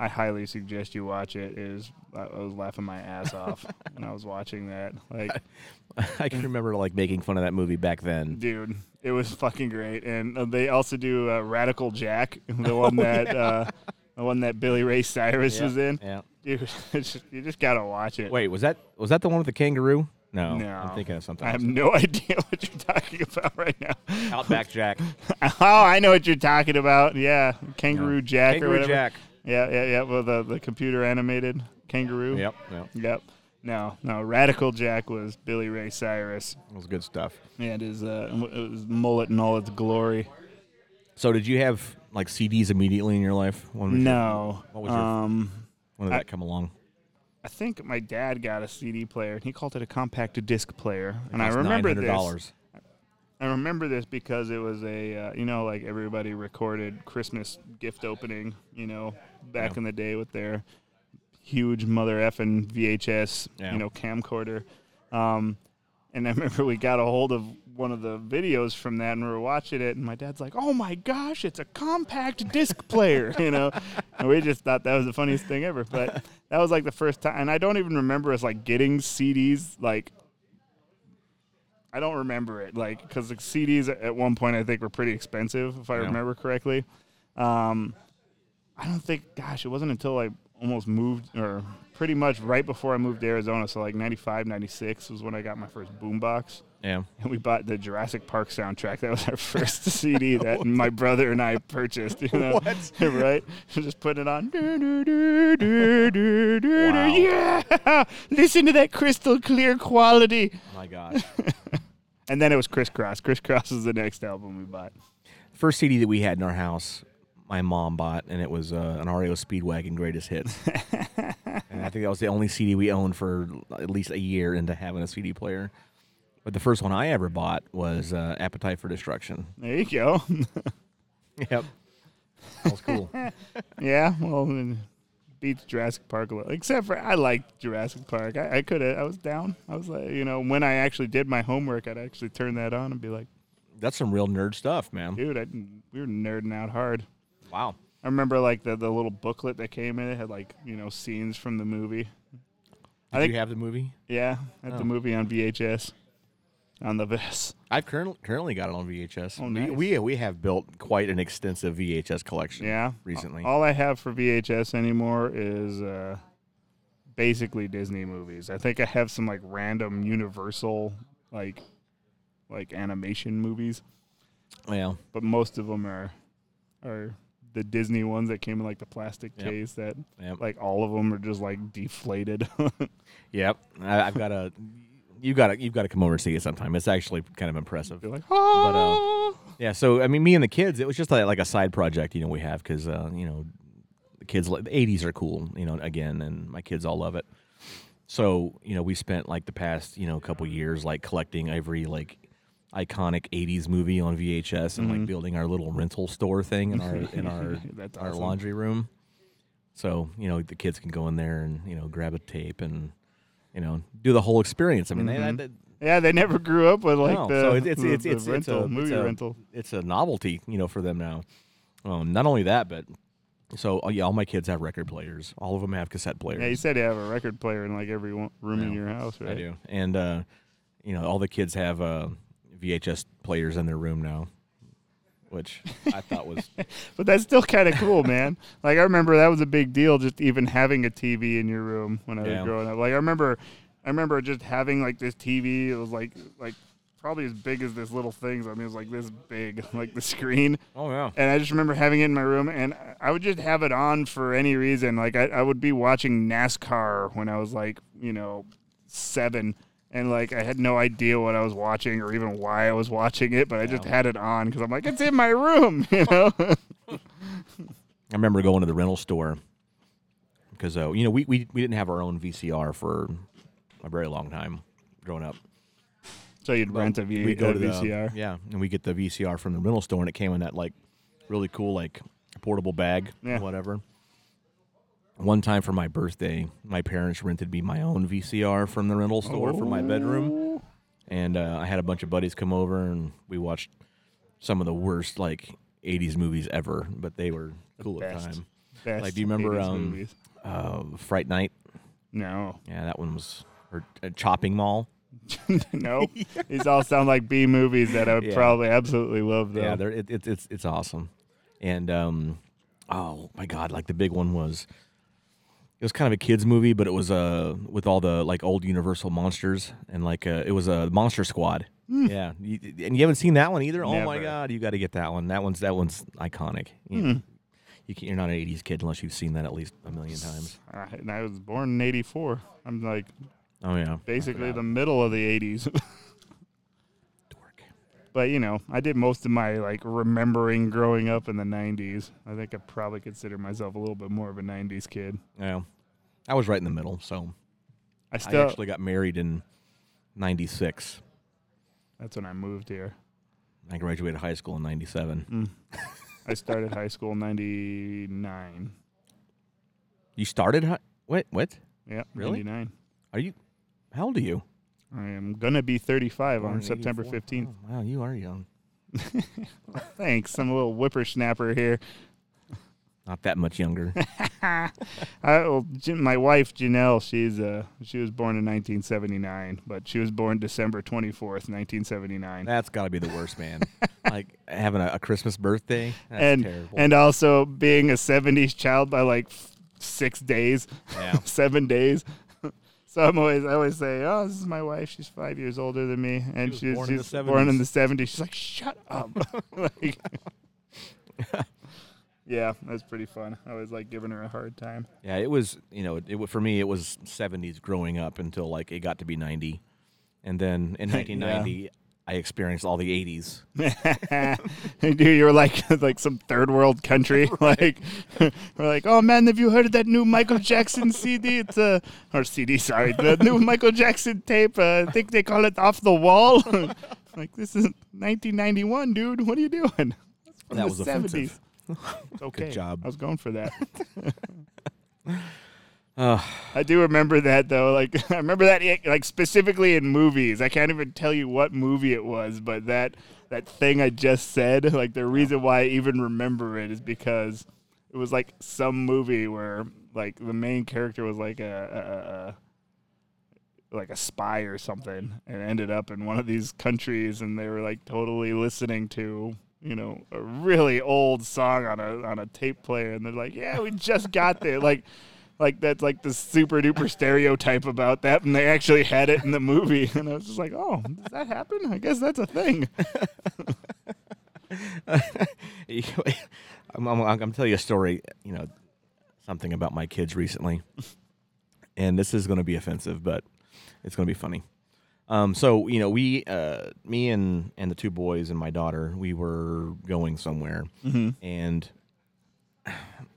[SPEAKER 1] I highly suggest you watch it. It is I I was laughing my ass off when I was watching that. Like,
[SPEAKER 2] I can remember like making fun of that movie back then.
[SPEAKER 1] dude, it was fucking great. And uh, they also do uh, Radical Jack, the one that uh, the one that Billy Ray Cyrus was in.
[SPEAKER 2] Oh, Yeah.
[SPEAKER 1] Dude, it's just- you just gotta watch it.
[SPEAKER 2] Wait, was that was that the one with the kangaroo? No,
[SPEAKER 1] No.
[SPEAKER 2] Oh, I'm thinking of something.
[SPEAKER 1] I have
[SPEAKER 2] else.
[SPEAKER 1] no idea what you're talking about right now.
[SPEAKER 2] Outback Jack,
[SPEAKER 1] oh, I know what you're talking about. Yeah, Kangaroo Jack or
[SPEAKER 2] kangaroo
[SPEAKER 1] whatever.
[SPEAKER 2] Jack.
[SPEAKER 1] Yeah, yeah, yeah. Well, the the computer animated kangaroo.
[SPEAKER 2] Yep, yep,
[SPEAKER 1] Yep. No, no. Radical Jack was Billy Ray Cyrus
[SPEAKER 2] it was good stuff.
[SPEAKER 1] and his uh, it was mullet in all its glory.
[SPEAKER 2] So, did you have like CDs immediately in your life? When was your-
[SPEAKER 1] No.
[SPEAKER 2] what was your-
[SPEAKER 1] um,
[SPEAKER 2] when did
[SPEAKER 1] I-
[SPEAKER 2] that come along?
[SPEAKER 1] I think my dad got a CD player and he called it a compact disc player. and I
[SPEAKER 2] Cost
[SPEAKER 1] remember this.
[SPEAKER 2] $900.
[SPEAKER 1] I remember this because it was a uh, you know like everybody recorded Christmas gift opening you know back
[SPEAKER 2] Yeah.
[SPEAKER 1] in the day with their huge mother effing VHS
[SPEAKER 2] Yeah.
[SPEAKER 1] you know camcorder, um, and I remember we got a hold of one of the videos from that and we were watching it and my dad's like oh my gosh it's a compact disc player you know and we just thought that was the funniest thing ever but that was like the first time and I don't even remember us like getting CDs like I don't remember it, like because the CDs at one point I think were pretty expensive, if I
[SPEAKER 2] Yeah.
[SPEAKER 1] remember correctly. Um, I don't think, gosh, it wasn't until I almost moved, or pretty much right before I moved to Arizona, so like 95, 96 was when I got my first boombox,
[SPEAKER 2] Yeah,
[SPEAKER 1] and we bought the Jurassic Park soundtrack. That was our first CD that my brother and I purchased. You know,
[SPEAKER 2] What?
[SPEAKER 1] right? Just putting it on. Yeah, listen to that crystal clear quality.
[SPEAKER 2] my gosh.
[SPEAKER 1] And then it was Crisscross. Crisscross is the next album we bought.
[SPEAKER 2] First CD that we had in our house, my mom bought, and it was uh, an REO Speedwagon Greatest Hits. and I think that was the only CD we owned for at least a year into having a CD player. But the first one I ever bought was uh, Appetite for Destruction.
[SPEAKER 1] There you go.
[SPEAKER 2] Yep. That was cool.
[SPEAKER 1] yeah, well, then beats Jurassic Park a little. Except for I liked Jurassic Park. I, I could have. I was down. I was like, you know, when I actually did my homework, I'd actually turn that on and be like,
[SPEAKER 2] That's some real nerd stuff, man.
[SPEAKER 1] dude, I, didn't- we were nerding out hard.
[SPEAKER 2] Wow.
[SPEAKER 1] I remember like the, the little booklet that came in. It had like you know scenes from the movie.
[SPEAKER 2] Did
[SPEAKER 1] I think-
[SPEAKER 2] you have the movie?
[SPEAKER 1] Yeah, at
[SPEAKER 2] Oh.
[SPEAKER 1] the movie on VHS, on the VHS.
[SPEAKER 2] I've currently currently got it on VHS.
[SPEAKER 1] Oh,
[SPEAKER 2] We-
[SPEAKER 1] nice.
[SPEAKER 2] we, we have built quite an extensive VHS collection.
[SPEAKER 1] Yeah. Uh,
[SPEAKER 2] recently.
[SPEAKER 1] All I have for VHS anymore is uh, basically Disney movies. I think I have some like random Universal like like animation movies,
[SPEAKER 2] Yeah.
[SPEAKER 1] but most of them are are the Disney ones that came in like the plastic
[SPEAKER 2] Yep.
[SPEAKER 1] case that
[SPEAKER 2] Yep.
[SPEAKER 1] like all of them are just like deflated.
[SPEAKER 2] Yep. I, I've got a. You got to you got to come over and see it sometime. It's actually kind of impressive.
[SPEAKER 1] You're like, oh,
[SPEAKER 2] Yeah. So I mean, me and the kids, it was just like, like a side project, you know, we have because uh, you know, the kids like the '80s are cool, you know, again, and my kids all love it. So you know, we spent like the past you know couple years like collecting every like iconic 80s movie on VHS and like building our little rental store thing in our in our
[SPEAKER 1] Mm-hmm. That's
[SPEAKER 2] our
[SPEAKER 1] awesome.
[SPEAKER 2] laundry room. So, you know, the kids can go in there and, you know, grab a tape and you know, do the whole experience. I mean, they-
[SPEAKER 1] Mm-hmm.
[SPEAKER 2] that-
[SPEAKER 1] Yeah, they never grew up with like
[SPEAKER 2] no.
[SPEAKER 1] the,
[SPEAKER 2] Oh, so it's it's
[SPEAKER 1] the-
[SPEAKER 2] it's,
[SPEAKER 1] the
[SPEAKER 2] it's, it's
[SPEAKER 1] rental
[SPEAKER 2] a,
[SPEAKER 1] movie
[SPEAKER 2] it's a,
[SPEAKER 1] rental.
[SPEAKER 2] It's a novelty, you know, for them now. Um, not only that, but so oh, yeah, all my kids have record players. All of them have cassette players.
[SPEAKER 1] Yeah, you said you have a record player in like every one, room in
[SPEAKER 2] Yeah,
[SPEAKER 1] your house, right?
[SPEAKER 2] I do, and uh, you know, all the kids have uh, VHS players in their room now, which I thought was
[SPEAKER 1] But that's still kind of cool, man. Like I remember that was a big deal, just even having a TV in your room when I was
[SPEAKER 2] Yeah.
[SPEAKER 1] growing up. Like I remember, I remember just having like this TV. It was like like probably as big as this little thing. So, I mean, it was like this big, like the screen.
[SPEAKER 2] oh yeah,
[SPEAKER 1] And I just remember having it in my room, and I- I would just have it on for any reason. Like I, I would be watching NASCAR when I was like, you know, seven, and like I had no idea what I was watching or even why I was watching it, but I just
[SPEAKER 2] Yeah.
[SPEAKER 1] had it on because I'm like, it's in my room, you know.
[SPEAKER 2] I remember going to the rental store because uh, you know we, we we didn't have our own VCR for a very long time growing up.
[SPEAKER 1] So you'd rent a, v-
[SPEAKER 2] we go
[SPEAKER 1] a
[SPEAKER 2] to
[SPEAKER 1] VCR.
[SPEAKER 2] The, um, yeah, and we get the VCR from the rental store, and it came in that like really cool like portable bag,
[SPEAKER 1] Yeah.
[SPEAKER 2] whatever. One time for my birthday, my parents rented me my own VCR from the rental store for my bedroom, and uh, I had a bunch of buddies come over, and we watched some of the worst like '80s movies ever, but they were cool at the
[SPEAKER 1] best.
[SPEAKER 2] time.
[SPEAKER 1] Best
[SPEAKER 2] Like, do you remember
[SPEAKER 1] 80s
[SPEAKER 2] um,
[SPEAKER 1] movies.
[SPEAKER 2] uh, Fright Night?
[SPEAKER 1] No,
[SPEAKER 2] Yeah, that one was or uh, Chopping Mall.
[SPEAKER 1] no. These all sound like B movies that I would
[SPEAKER 2] Yeah.
[SPEAKER 1] probably absolutely love. Though.
[SPEAKER 2] Yeah, they're, it, it, it's it's awesome, and um, oh my god, like the big one was, it was kind of a kids movie, but it was uh with all the like old Universal monsters and like uh, it was a uh, Monster Squad. Yeah, you, and you haven't seen that one either. Oh
[SPEAKER 1] Hmm.
[SPEAKER 2] my
[SPEAKER 1] Never. Hmm.
[SPEAKER 2] god, you got to get that one. That one's that one's iconic. You, you can, you're not an '80s kid unless you've seen that at least a million times.
[SPEAKER 1] All right, and I was born in '84. I'm like
[SPEAKER 2] Oh yeah, I
[SPEAKER 1] basically
[SPEAKER 2] forgot.
[SPEAKER 1] the middle of the '80s.
[SPEAKER 2] dork.
[SPEAKER 1] but you know, I did most of my like remembering growing up in the '90s. I think I probably consider myself a little bit more of a '90s kid.
[SPEAKER 2] Yeah, I was right in the middle, so
[SPEAKER 1] I
[SPEAKER 2] I
[SPEAKER 1] still.
[SPEAKER 2] actually got married in '96.
[SPEAKER 1] that's when I moved here.
[SPEAKER 2] I graduated high school in '97.
[SPEAKER 1] I started high school in '99.
[SPEAKER 2] You started? Hi- what? What?
[SPEAKER 1] Yeah,
[SPEAKER 2] Really?
[SPEAKER 1] '99.
[SPEAKER 2] Are you? How old are you?
[SPEAKER 1] I am gonna be 35 on
[SPEAKER 2] Born
[SPEAKER 1] September
[SPEAKER 2] 84.
[SPEAKER 1] 15th.
[SPEAKER 2] Oh, wow, you are young.
[SPEAKER 1] Thanks. I'm a little whippersnapper here.
[SPEAKER 2] Not that much younger.
[SPEAKER 1] I, well, Jan- my wife Janelle, she's uh, she was born in 1979, but she was born December 24th, 1979.
[SPEAKER 2] That's got to be the worst, man. like having a, a Christmas birthday. That's
[SPEAKER 1] and
[SPEAKER 2] terrible.
[SPEAKER 1] and also being a 70s child by like f- six days,
[SPEAKER 2] Yeah.
[SPEAKER 1] seven days. so I'm always I always say, oh, this is my wife. She's five years older than me, and
[SPEAKER 2] was
[SPEAKER 1] she was
[SPEAKER 2] born in the
[SPEAKER 1] she's born in the
[SPEAKER 2] 70s.
[SPEAKER 1] 70s. She's like, shut up. like, yeah, that's pretty fun. I was like giving her a hard time.
[SPEAKER 2] yeah, it was. You know, it, wa- for me, it was '70s growing up until like it got to be '90, and then in 1990, I experienced all the '80s.
[SPEAKER 1] Dude, you're like like some third world country. Like we're like, oh man, have you heard of that new Michael Jackson CD? It's uh, or CD, sorry, the new Michael Jackson tape. Uh, I think they call it Off the Wall. like this is 1991, dude. What are you doing? It's from the
[SPEAKER 2] That was offensive.
[SPEAKER 1] It's okay.
[SPEAKER 2] job.
[SPEAKER 1] I was going for that.
[SPEAKER 2] Ugh.
[SPEAKER 1] I do remember that though. Like I remember that like specifically in movies. I can't even tell you what movie it was, but that that thing I just said, like the reason why I even remember it is because it was like some movie where like the main character was like a, a, a like a spy or something and ended up in one of these countries and they were like totally listening to you know a really old song on a on a tape player and they're like yeah we just got there like like that's like the super duper stereotype about that and they actually had it in the movie and I was just like oh does that happen I guess that's a thing
[SPEAKER 2] I'm, I'm, I'm telling you a story, you know, something about my kids recently. And this is going to be offensive, but it's going to be funny. Um, so, you know, we, uh, me and, and the two boys and my daughter, we were going somewhere. And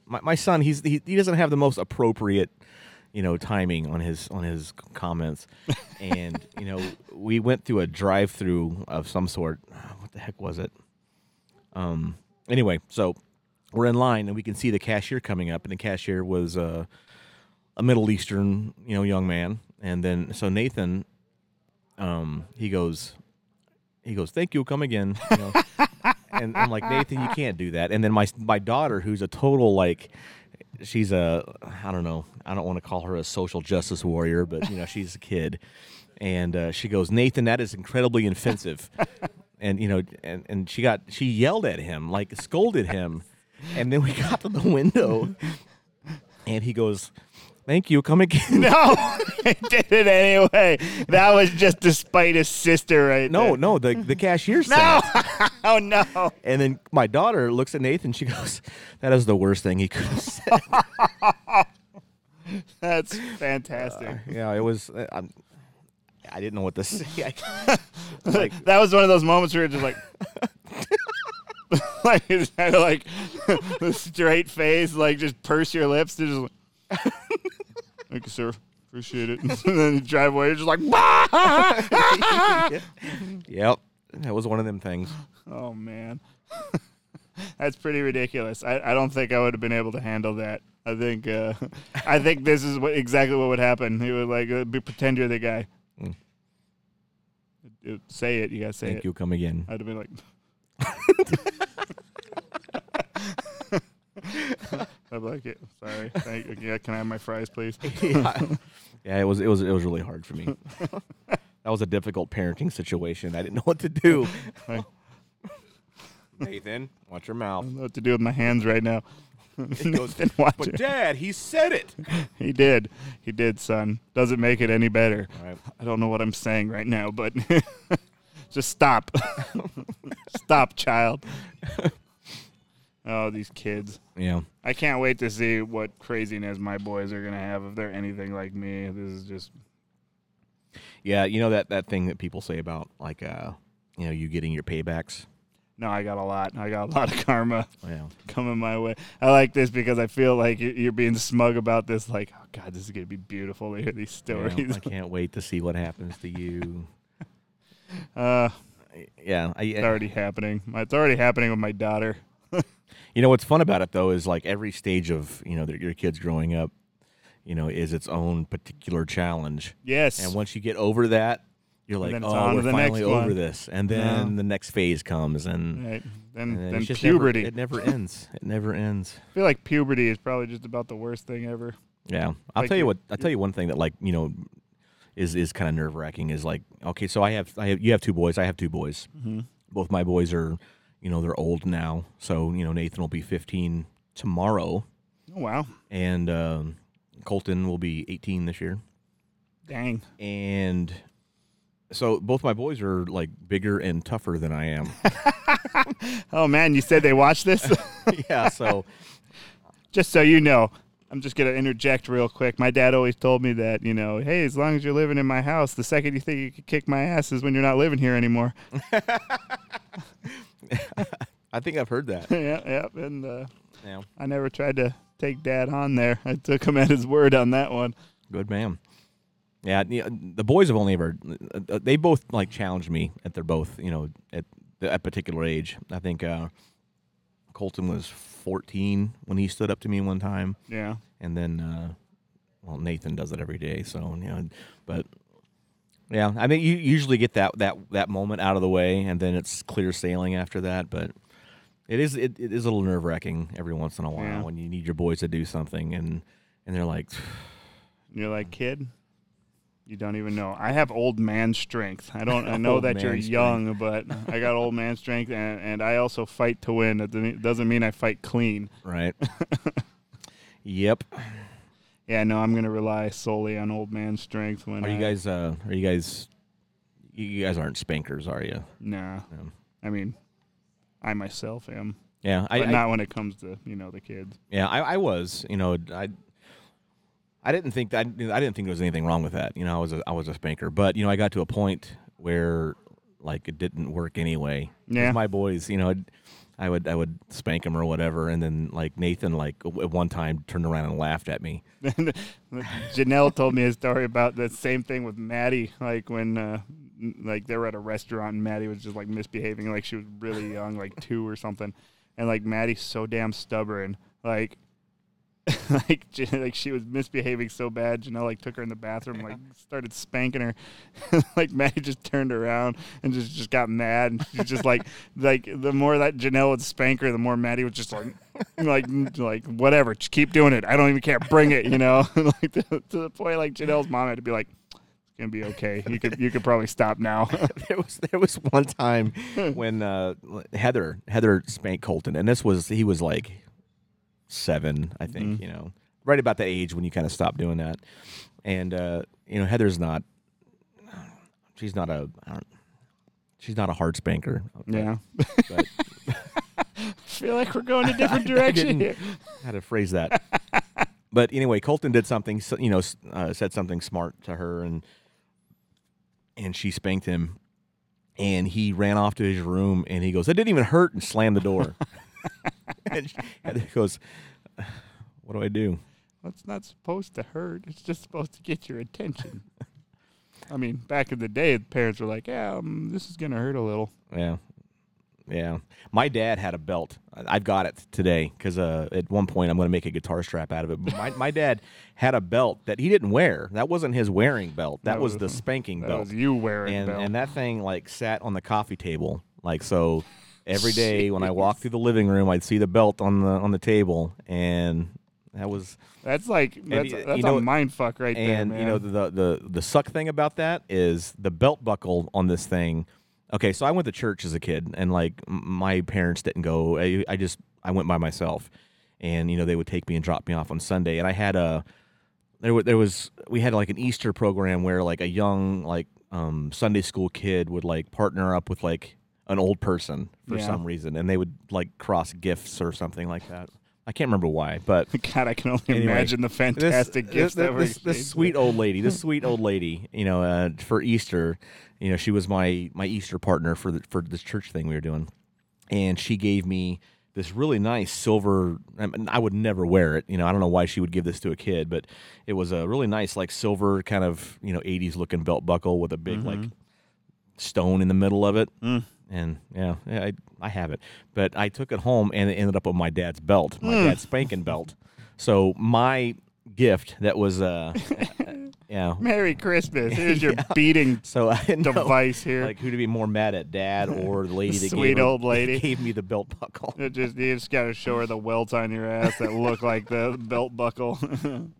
[SPEAKER 2] my, my son, he's, he, he doesn't have the most appropriate, you know timing on his on his comments, and you know we went through a drive-through of some sort. What the heck was it? Um. Anyway, so we're in line and we can see the cashier coming up, and the cashier was uh, a Middle Eastern, you know, young man, and then so Nathan, um, he goes, he goes, thank you, come again, you know. and I'm like Nathan, you can't do that. And then my my daughter, who's a total like, she's a I don't know, I don't want to call her a social justice warrior, but you know she's a kid, and uh, she goes, Nathan, that is incredibly offensive, and you know, and and she got she yelled at him like scolded him, and then we got to the window, and he goes, thank you, come again.
[SPEAKER 1] No, he did it anyway. That was just despite his sister, right?
[SPEAKER 2] No,
[SPEAKER 1] there.
[SPEAKER 2] no, the the cashier said.
[SPEAKER 1] no, oh no.
[SPEAKER 2] And then my daughter looks at Nathan. She goes, "That is the worst thing he could have said."
[SPEAKER 1] That's fantastic.
[SPEAKER 2] yeah, it was. uh, I'm, I didn't know what to say. I-
[SPEAKER 1] that was one of those moments where you're just like, like, it's kind of like the straight face, like just purse your lips, and just like, thank you, sir, appreciate it. and then you drive away, you're just like, "Bah!"
[SPEAKER 2] yep, that was one of them things.
[SPEAKER 1] oh man, that's pretty ridiculous. I, I don't think I would have been able to handle that. I think uh, I think this is what, exactly what would happen. He would like uh, be pretend you're the guy.
[SPEAKER 2] Mm.
[SPEAKER 1] It- it- say it. You gotta say
[SPEAKER 2] Thank
[SPEAKER 1] it.
[SPEAKER 2] you. Come again.
[SPEAKER 1] I'd have been like, I'd be like, yeah, sorry. Thank you. Yeah, can I have my fries, please?
[SPEAKER 2] yeah, it was. It was. It was really hard for me. that was a difficult parenting situation. I didn't know what to do.
[SPEAKER 1] I
[SPEAKER 2] Nathan, watch your mouth.
[SPEAKER 1] don't know what to do with my hands right now.
[SPEAKER 2] goes,
[SPEAKER 1] Nathan Watcher.
[SPEAKER 2] Dad, he said it.
[SPEAKER 1] He did. He did, son. Doesn't make it any better.
[SPEAKER 2] All right.
[SPEAKER 1] I don't know what I'm saying right now, but just stop. stop, child. Oh, these kids.
[SPEAKER 2] Yeah.
[SPEAKER 1] I can't wait to see what craziness my boys are going to have if they're anything like me. This is just
[SPEAKER 2] Yeah, you know that that thing that people say about like uh you know, you getting your paybacks.
[SPEAKER 1] No, I got a lot. I got a lot of karma
[SPEAKER 2] Yeah.
[SPEAKER 1] coming my way. I like this because I feel like you- you're being smug about this. Like, oh God, this is gonna be beautiful to hear these stories.
[SPEAKER 2] I can't wait to see what happens to you.
[SPEAKER 1] Uh,
[SPEAKER 2] Yeah, I,
[SPEAKER 1] it's already happening. It's already happening with my daughter.
[SPEAKER 2] you know what's fun about it though is like every stage of you know their, your kids growing up, you know, is its own particular challenge.
[SPEAKER 1] Yes.
[SPEAKER 2] And once you get over that, you're like,
[SPEAKER 1] then it's on
[SPEAKER 2] oh,
[SPEAKER 1] to
[SPEAKER 2] we're
[SPEAKER 1] the
[SPEAKER 2] finally
[SPEAKER 1] next
[SPEAKER 2] over
[SPEAKER 1] one."
[SPEAKER 2] this, and then the next phase comes, and,
[SPEAKER 1] Right. Then,
[SPEAKER 2] and
[SPEAKER 1] then,
[SPEAKER 2] it's just never-
[SPEAKER 1] puberty.
[SPEAKER 2] it never ends. It never ends.
[SPEAKER 1] I feel like puberty is probably just about the worst thing ever.
[SPEAKER 2] Yeah, I'll
[SPEAKER 1] Like
[SPEAKER 2] tell you
[SPEAKER 1] you're-
[SPEAKER 2] what. I'll tell you one thing that like you know is is kind of nerve wracking is like okay, so I have I have you have two boys. I have two boys.
[SPEAKER 1] Mm-hmm.
[SPEAKER 2] Both my boys are you know they're old now. So you know Nathan will be 15 tomorrow,
[SPEAKER 1] Oh wow,
[SPEAKER 2] and um, Colton will be 18 this year.
[SPEAKER 1] dang.
[SPEAKER 2] And so both my boys are like bigger and tougher than I am.
[SPEAKER 1] Oh man, you said they watched this.
[SPEAKER 2] yeah. So
[SPEAKER 1] just so you know, I'm just gonna interject real quick. My dad always told me that, you know, hey, as long as you're living in my house, the second you think you could kick my ass is when you're not living here anymore.
[SPEAKER 2] I think I've heard that.
[SPEAKER 1] yeah, yeah. And uh,
[SPEAKER 2] Yeah.
[SPEAKER 1] I never tried to take dad on there. I took him at his word on that one.
[SPEAKER 2] Good man. Yeah, yeah, the boys have only ever uh, they both like challenged me at their both you know at the at particular age. I think uh, Colton was 14 when he stood up to me one time,
[SPEAKER 1] Yeah.
[SPEAKER 2] and then uh, well Nathan does it every day. So you know, but yeah, I mean you usually get that that that moment out of the way, and then it's clear sailing after that. But it is it, it is a little nerve wracking every once in a while
[SPEAKER 1] Yeah.
[SPEAKER 2] when you need your boys to do something and and they're like.
[SPEAKER 1] And you're like, kid, you don't even know. I have old man strength. I don't. I know
[SPEAKER 2] Old
[SPEAKER 1] that
[SPEAKER 2] man
[SPEAKER 1] you're
[SPEAKER 2] strength.
[SPEAKER 1] young, but I got old man strength, and, and I also fight to win. It doesn't- doesn't mean I fight clean.
[SPEAKER 2] Right. yep.
[SPEAKER 1] Yeah, no, I'm gonna rely solely on old man strength when
[SPEAKER 2] Are you
[SPEAKER 1] I-
[SPEAKER 2] guys? Uh, are you guys? You you guys aren't spankers, are you?
[SPEAKER 1] Nah.
[SPEAKER 2] No.
[SPEAKER 1] I mean, I myself am,
[SPEAKER 2] Yeah, I,
[SPEAKER 1] but
[SPEAKER 2] I
[SPEAKER 1] not when it comes to you know the kids.
[SPEAKER 2] yeah, I, I was. You know, I. I didn't think that I didn't think there was anything wrong with that. You know, I was a, I was a spanker, but you know, I got to a point where like it didn't work anyway. 'Cause
[SPEAKER 1] Yeah.
[SPEAKER 2] my boys, you know, I'd- I would I would spank him or whatever, and then like Nathan like w- at one time turned around and laughed at me.
[SPEAKER 1] And Janelle told me a story about the same thing with Maddie. Like when, uh, n- like they were at a restaurant and Maddie was just like misbehaving, like she was really young, like two or something, and like Maddie's so damn stubborn, like. like, Jan- like she was misbehaving so bad, Janelle like took her in the bathroom, like started spanking her. like Maddie just turned around and just just got mad, and she's just like, like the more that Janelle would spank her, the more Maddie was just like, like like whatever, just keep doing it. I don't even care. Bring it, you know. like to, to the point, like Janelle's mom had to be like, it's gonna be okay. You could you could probably stop now.
[SPEAKER 2] there was there was one time when uh, Heather Heather spanked Colton, and this was he was like seven, I think, you know, right about the age when you kind of stop doing that. And uh, you know, Heather's not, she's not a, I don't, she's not a hard spanker.
[SPEAKER 1] yeah,
[SPEAKER 2] but
[SPEAKER 1] I feel like we're going a different
[SPEAKER 2] I
[SPEAKER 1] direction
[SPEAKER 2] didn't-
[SPEAKER 1] here.
[SPEAKER 2] how to phrase that. but anyway, Colton did something, s- you know, s- uh, said something smart to her, and and she spanked him, and he ran off to his room, and he goes, "That didn't even hurt," and slammed the door. and she- Heather goes, "What do I do?"
[SPEAKER 1] That's not supposed to hurt. It's just supposed to get your attention. I mean, back in the day, parents were like, "Yeah, um, this is gonna hurt a little."
[SPEAKER 2] Yeah. Yeah. My dad had a belt. I- I've got it today because uh, at one point I'm going to make a guitar strap out of it. But my, my dad had a belt that he didn't wear. That wasn't his wearing belt. That,
[SPEAKER 1] That
[SPEAKER 2] was,
[SPEAKER 1] was-
[SPEAKER 2] the spanking
[SPEAKER 1] That
[SPEAKER 2] belt.
[SPEAKER 1] was you wearing
[SPEAKER 2] and,
[SPEAKER 1] belt.
[SPEAKER 2] and that thing like sat on the coffee table. Like so every day when I walked through the living room, I'd see the belt on the on the table and that was
[SPEAKER 1] that's like that's,
[SPEAKER 2] y-
[SPEAKER 1] that's
[SPEAKER 2] you know-
[SPEAKER 1] a mind fuck right there,
[SPEAKER 2] and
[SPEAKER 1] man.
[SPEAKER 2] you know the, the the suck thing about that is the belt buckle on this thing. Okay, so I went to church as a kid, and like m- my parents didn't go. I, I just I went by myself, and you know they would take me and drop me off on Sunday. And I had a there wa- there was we had like an Easter program where like a young like um, Sunday school kid would like partner up with like an old person for
[SPEAKER 1] Yeah.
[SPEAKER 2] some reason, and they would like cross gifts or something like that. I can't remember why, but
[SPEAKER 1] God, I can only
[SPEAKER 2] Anyway,
[SPEAKER 1] imagine the fantastic gifts
[SPEAKER 2] this,
[SPEAKER 1] that were
[SPEAKER 2] this, this
[SPEAKER 1] exchanged.
[SPEAKER 2] sweet old lady this sweet old lady you know uh, for easter you know she was my my easter partner for the, for this church thing we were doing and she gave me this really nice silver I, mean, I would never wear it you know i don't know why she would give this to a kid but it was a really nice like silver kind of you know 80s looking belt buckle with a big
[SPEAKER 1] Mm-hmm.
[SPEAKER 2] like stone in the middle of it
[SPEAKER 1] Mm.
[SPEAKER 2] and yeah, yeah, I, I have it. But I took it home and it ended up on my dad's belt,
[SPEAKER 1] Mm.
[SPEAKER 2] my dad's spanking belt. So my gift that was, uh, yeah.
[SPEAKER 1] Merry Christmas. Here's your beating
[SPEAKER 2] So I didn't know,
[SPEAKER 1] device here.
[SPEAKER 2] like who to be more mad at, dad or the lady that
[SPEAKER 1] Sweet
[SPEAKER 2] gave her-
[SPEAKER 1] old lady.
[SPEAKER 2] gave me the belt buckle.
[SPEAKER 1] It just you just gotta show her the welts on your ass that look like the belt buckle.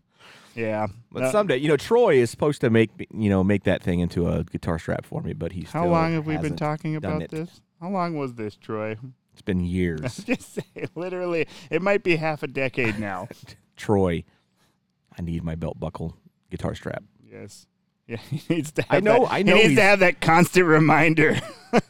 [SPEAKER 1] yeah.
[SPEAKER 2] But
[SPEAKER 1] No,
[SPEAKER 2] someday, you know, Troy is supposed to make me- you know make that thing into a guitar strap for me, but he's
[SPEAKER 1] how long have we been talking
[SPEAKER 2] done
[SPEAKER 1] about
[SPEAKER 2] it.
[SPEAKER 1] this? How long was this, Troy?
[SPEAKER 2] It's been years.
[SPEAKER 1] Just say, literally, it might be half a decade now.
[SPEAKER 2] Troy, I need my belt buckle guitar strap.
[SPEAKER 1] yes. Yeah, he needs to. Have
[SPEAKER 2] I know-
[SPEAKER 1] That,
[SPEAKER 2] I know
[SPEAKER 1] He needs to
[SPEAKER 2] he's-
[SPEAKER 1] have that constant reminder.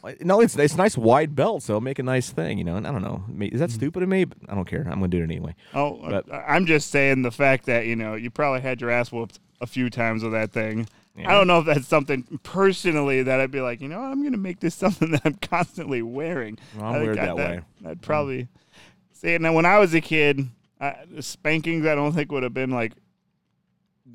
[SPEAKER 2] I- No, it's it's a nice wide belt, so it'll make a nice thing, you know. And I don't know, ma- is that stupid of me? But I don't care. I'm gonna do it anyway.
[SPEAKER 1] Oh, I-
[SPEAKER 2] But-
[SPEAKER 1] I- I'm just saying the fact that you know you probably had your ass whooped a few times with that thing.
[SPEAKER 2] Yeah.
[SPEAKER 1] I don't know if that's something personally that I'd be like, you know, what, I'm gonna make this something that I'm constantly wearing.
[SPEAKER 2] Well, I'm
[SPEAKER 1] I think
[SPEAKER 2] weird
[SPEAKER 1] I-
[SPEAKER 2] that way.
[SPEAKER 1] I'd probably see. Now, when I was a kid, I, spankings I don't think would have been like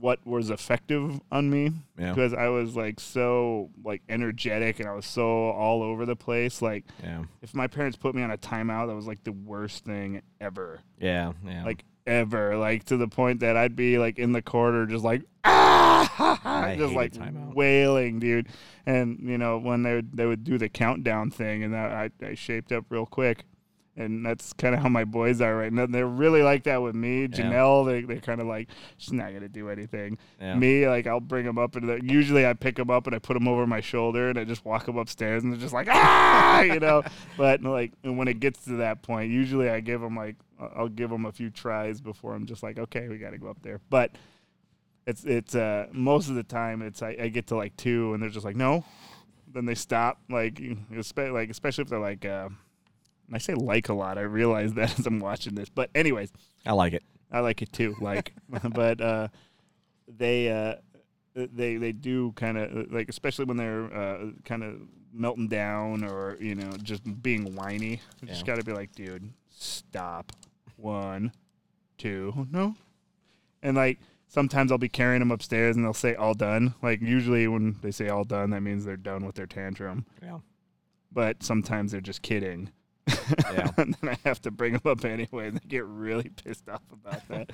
[SPEAKER 1] what was effective on me
[SPEAKER 2] Yeah.
[SPEAKER 1] because I was like so like energetic and I was so all over the place. Like
[SPEAKER 2] Yeah,
[SPEAKER 1] if my parents put me on a timeout, that was like the worst thing ever
[SPEAKER 2] yeah, yeah.
[SPEAKER 1] like ever like to the point that i'd be like in the corner just like ah just
[SPEAKER 2] hated
[SPEAKER 1] like
[SPEAKER 2] timeout.
[SPEAKER 1] wailing dude and you know when they would, they would do the countdown thing and that I, I shaped up real quick and that's kind of how my boys are right now they're really like that with me janelle they, they're kind of like she's not gonna do anything
[SPEAKER 2] Yeah.
[SPEAKER 1] me like i'll bring them up and they're- usually i pick them up and i put them over my shoulder and i just walk them upstairs and they're just like ah you know but like and when it gets to that point usually i give them like I- i'll give them a few tries before i'm just like okay we gotta go up there but it's it's uh most of the time it's i, I get to like two and they're just like no then they stop like you- espe- like especially if they're like uh and I say like a lot. I realize that as I'm watching this. But anyways,
[SPEAKER 2] I like it.
[SPEAKER 1] I like it too. Like, but uh, they uh, they they do kind of like especially when they're uh, kind of melting down or you know just being whiny. You just
[SPEAKER 2] Yeah.
[SPEAKER 1] got to be like, dude, stop. One, two, no, and like. Sometimes I'll be carrying them upstairs and they'll say all done. Like usually when they say all done, that means they're done with their tantrum.
[SPEAKER 2] Yeah.
[SPEAKER 1] But sometimes they're just kidding.
[SPEAKER 2] Yeah.
[SPEAKER 1] and then I have to bring them up anyway and they get really pissed off about that.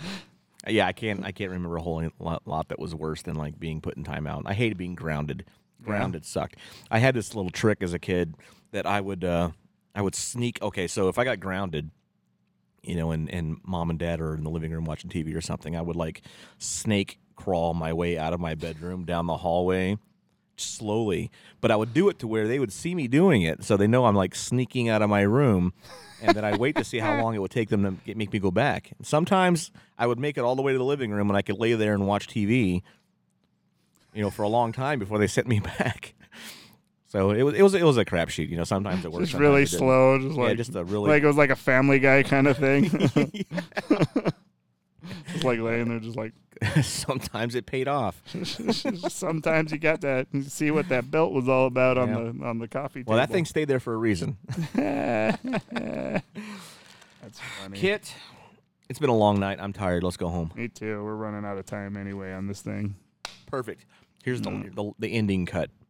[SPEAKER 2] Yeah, I can't. I can't remember a whole lot, lot that was worse than like being put in timeout. I hated being grounded. Grounded sucked. I had this little trick as a kid that I would. Uh, I would sneak. Okay, so if I got grounded, you know, and and mom and dad are in the living room watching TV or something, I would like snake crawl my way out of my bedroom down the hallway slowly, but I would do it to where they would see me doing it, so they know I'm like sneaking out of my room, and then I wait to see how long it would take them to get, make me go back. And sometimes I would make it all the way to the living room, and I could lay there and watch TV, you know, for a long time before they sent me back. So it was it was it was a crapshoot, you know. Sometimes it worked.
[SPEAKER 1] Just
[SPEAKER 2] sometimes
[SPEAKER 1] really
[SPEAKER 2] it didn't.
[SPEAKER 1] slow, just
[SPEAKER 2] Yeah,
[SPEAKER 1] like
[SPEAKER 2] just a really
[SPEAKER 1] like it was like a family guy kind of thing. just like laying there just like
[SPEAKER 2] sometimes it paid off.
[SPEAKER 1] sometimes you got that you see what that belt was all about on
[SPEAKER 2] Yeah.
[SPEAKER 1] the on the coffee table.
[SPEAKER 2] Well, that thing stayed there for a reason.
[SPEAKER 1] That's funny.
[SPEAKER 2] Kit, it's been a long night. I'm tired. Let's go home.
[SPEAKER 1] Me too. We're running out of time anyway on this thing. Mm.
[SPEAKER 2] Perfect. Here's the the, the ending cut.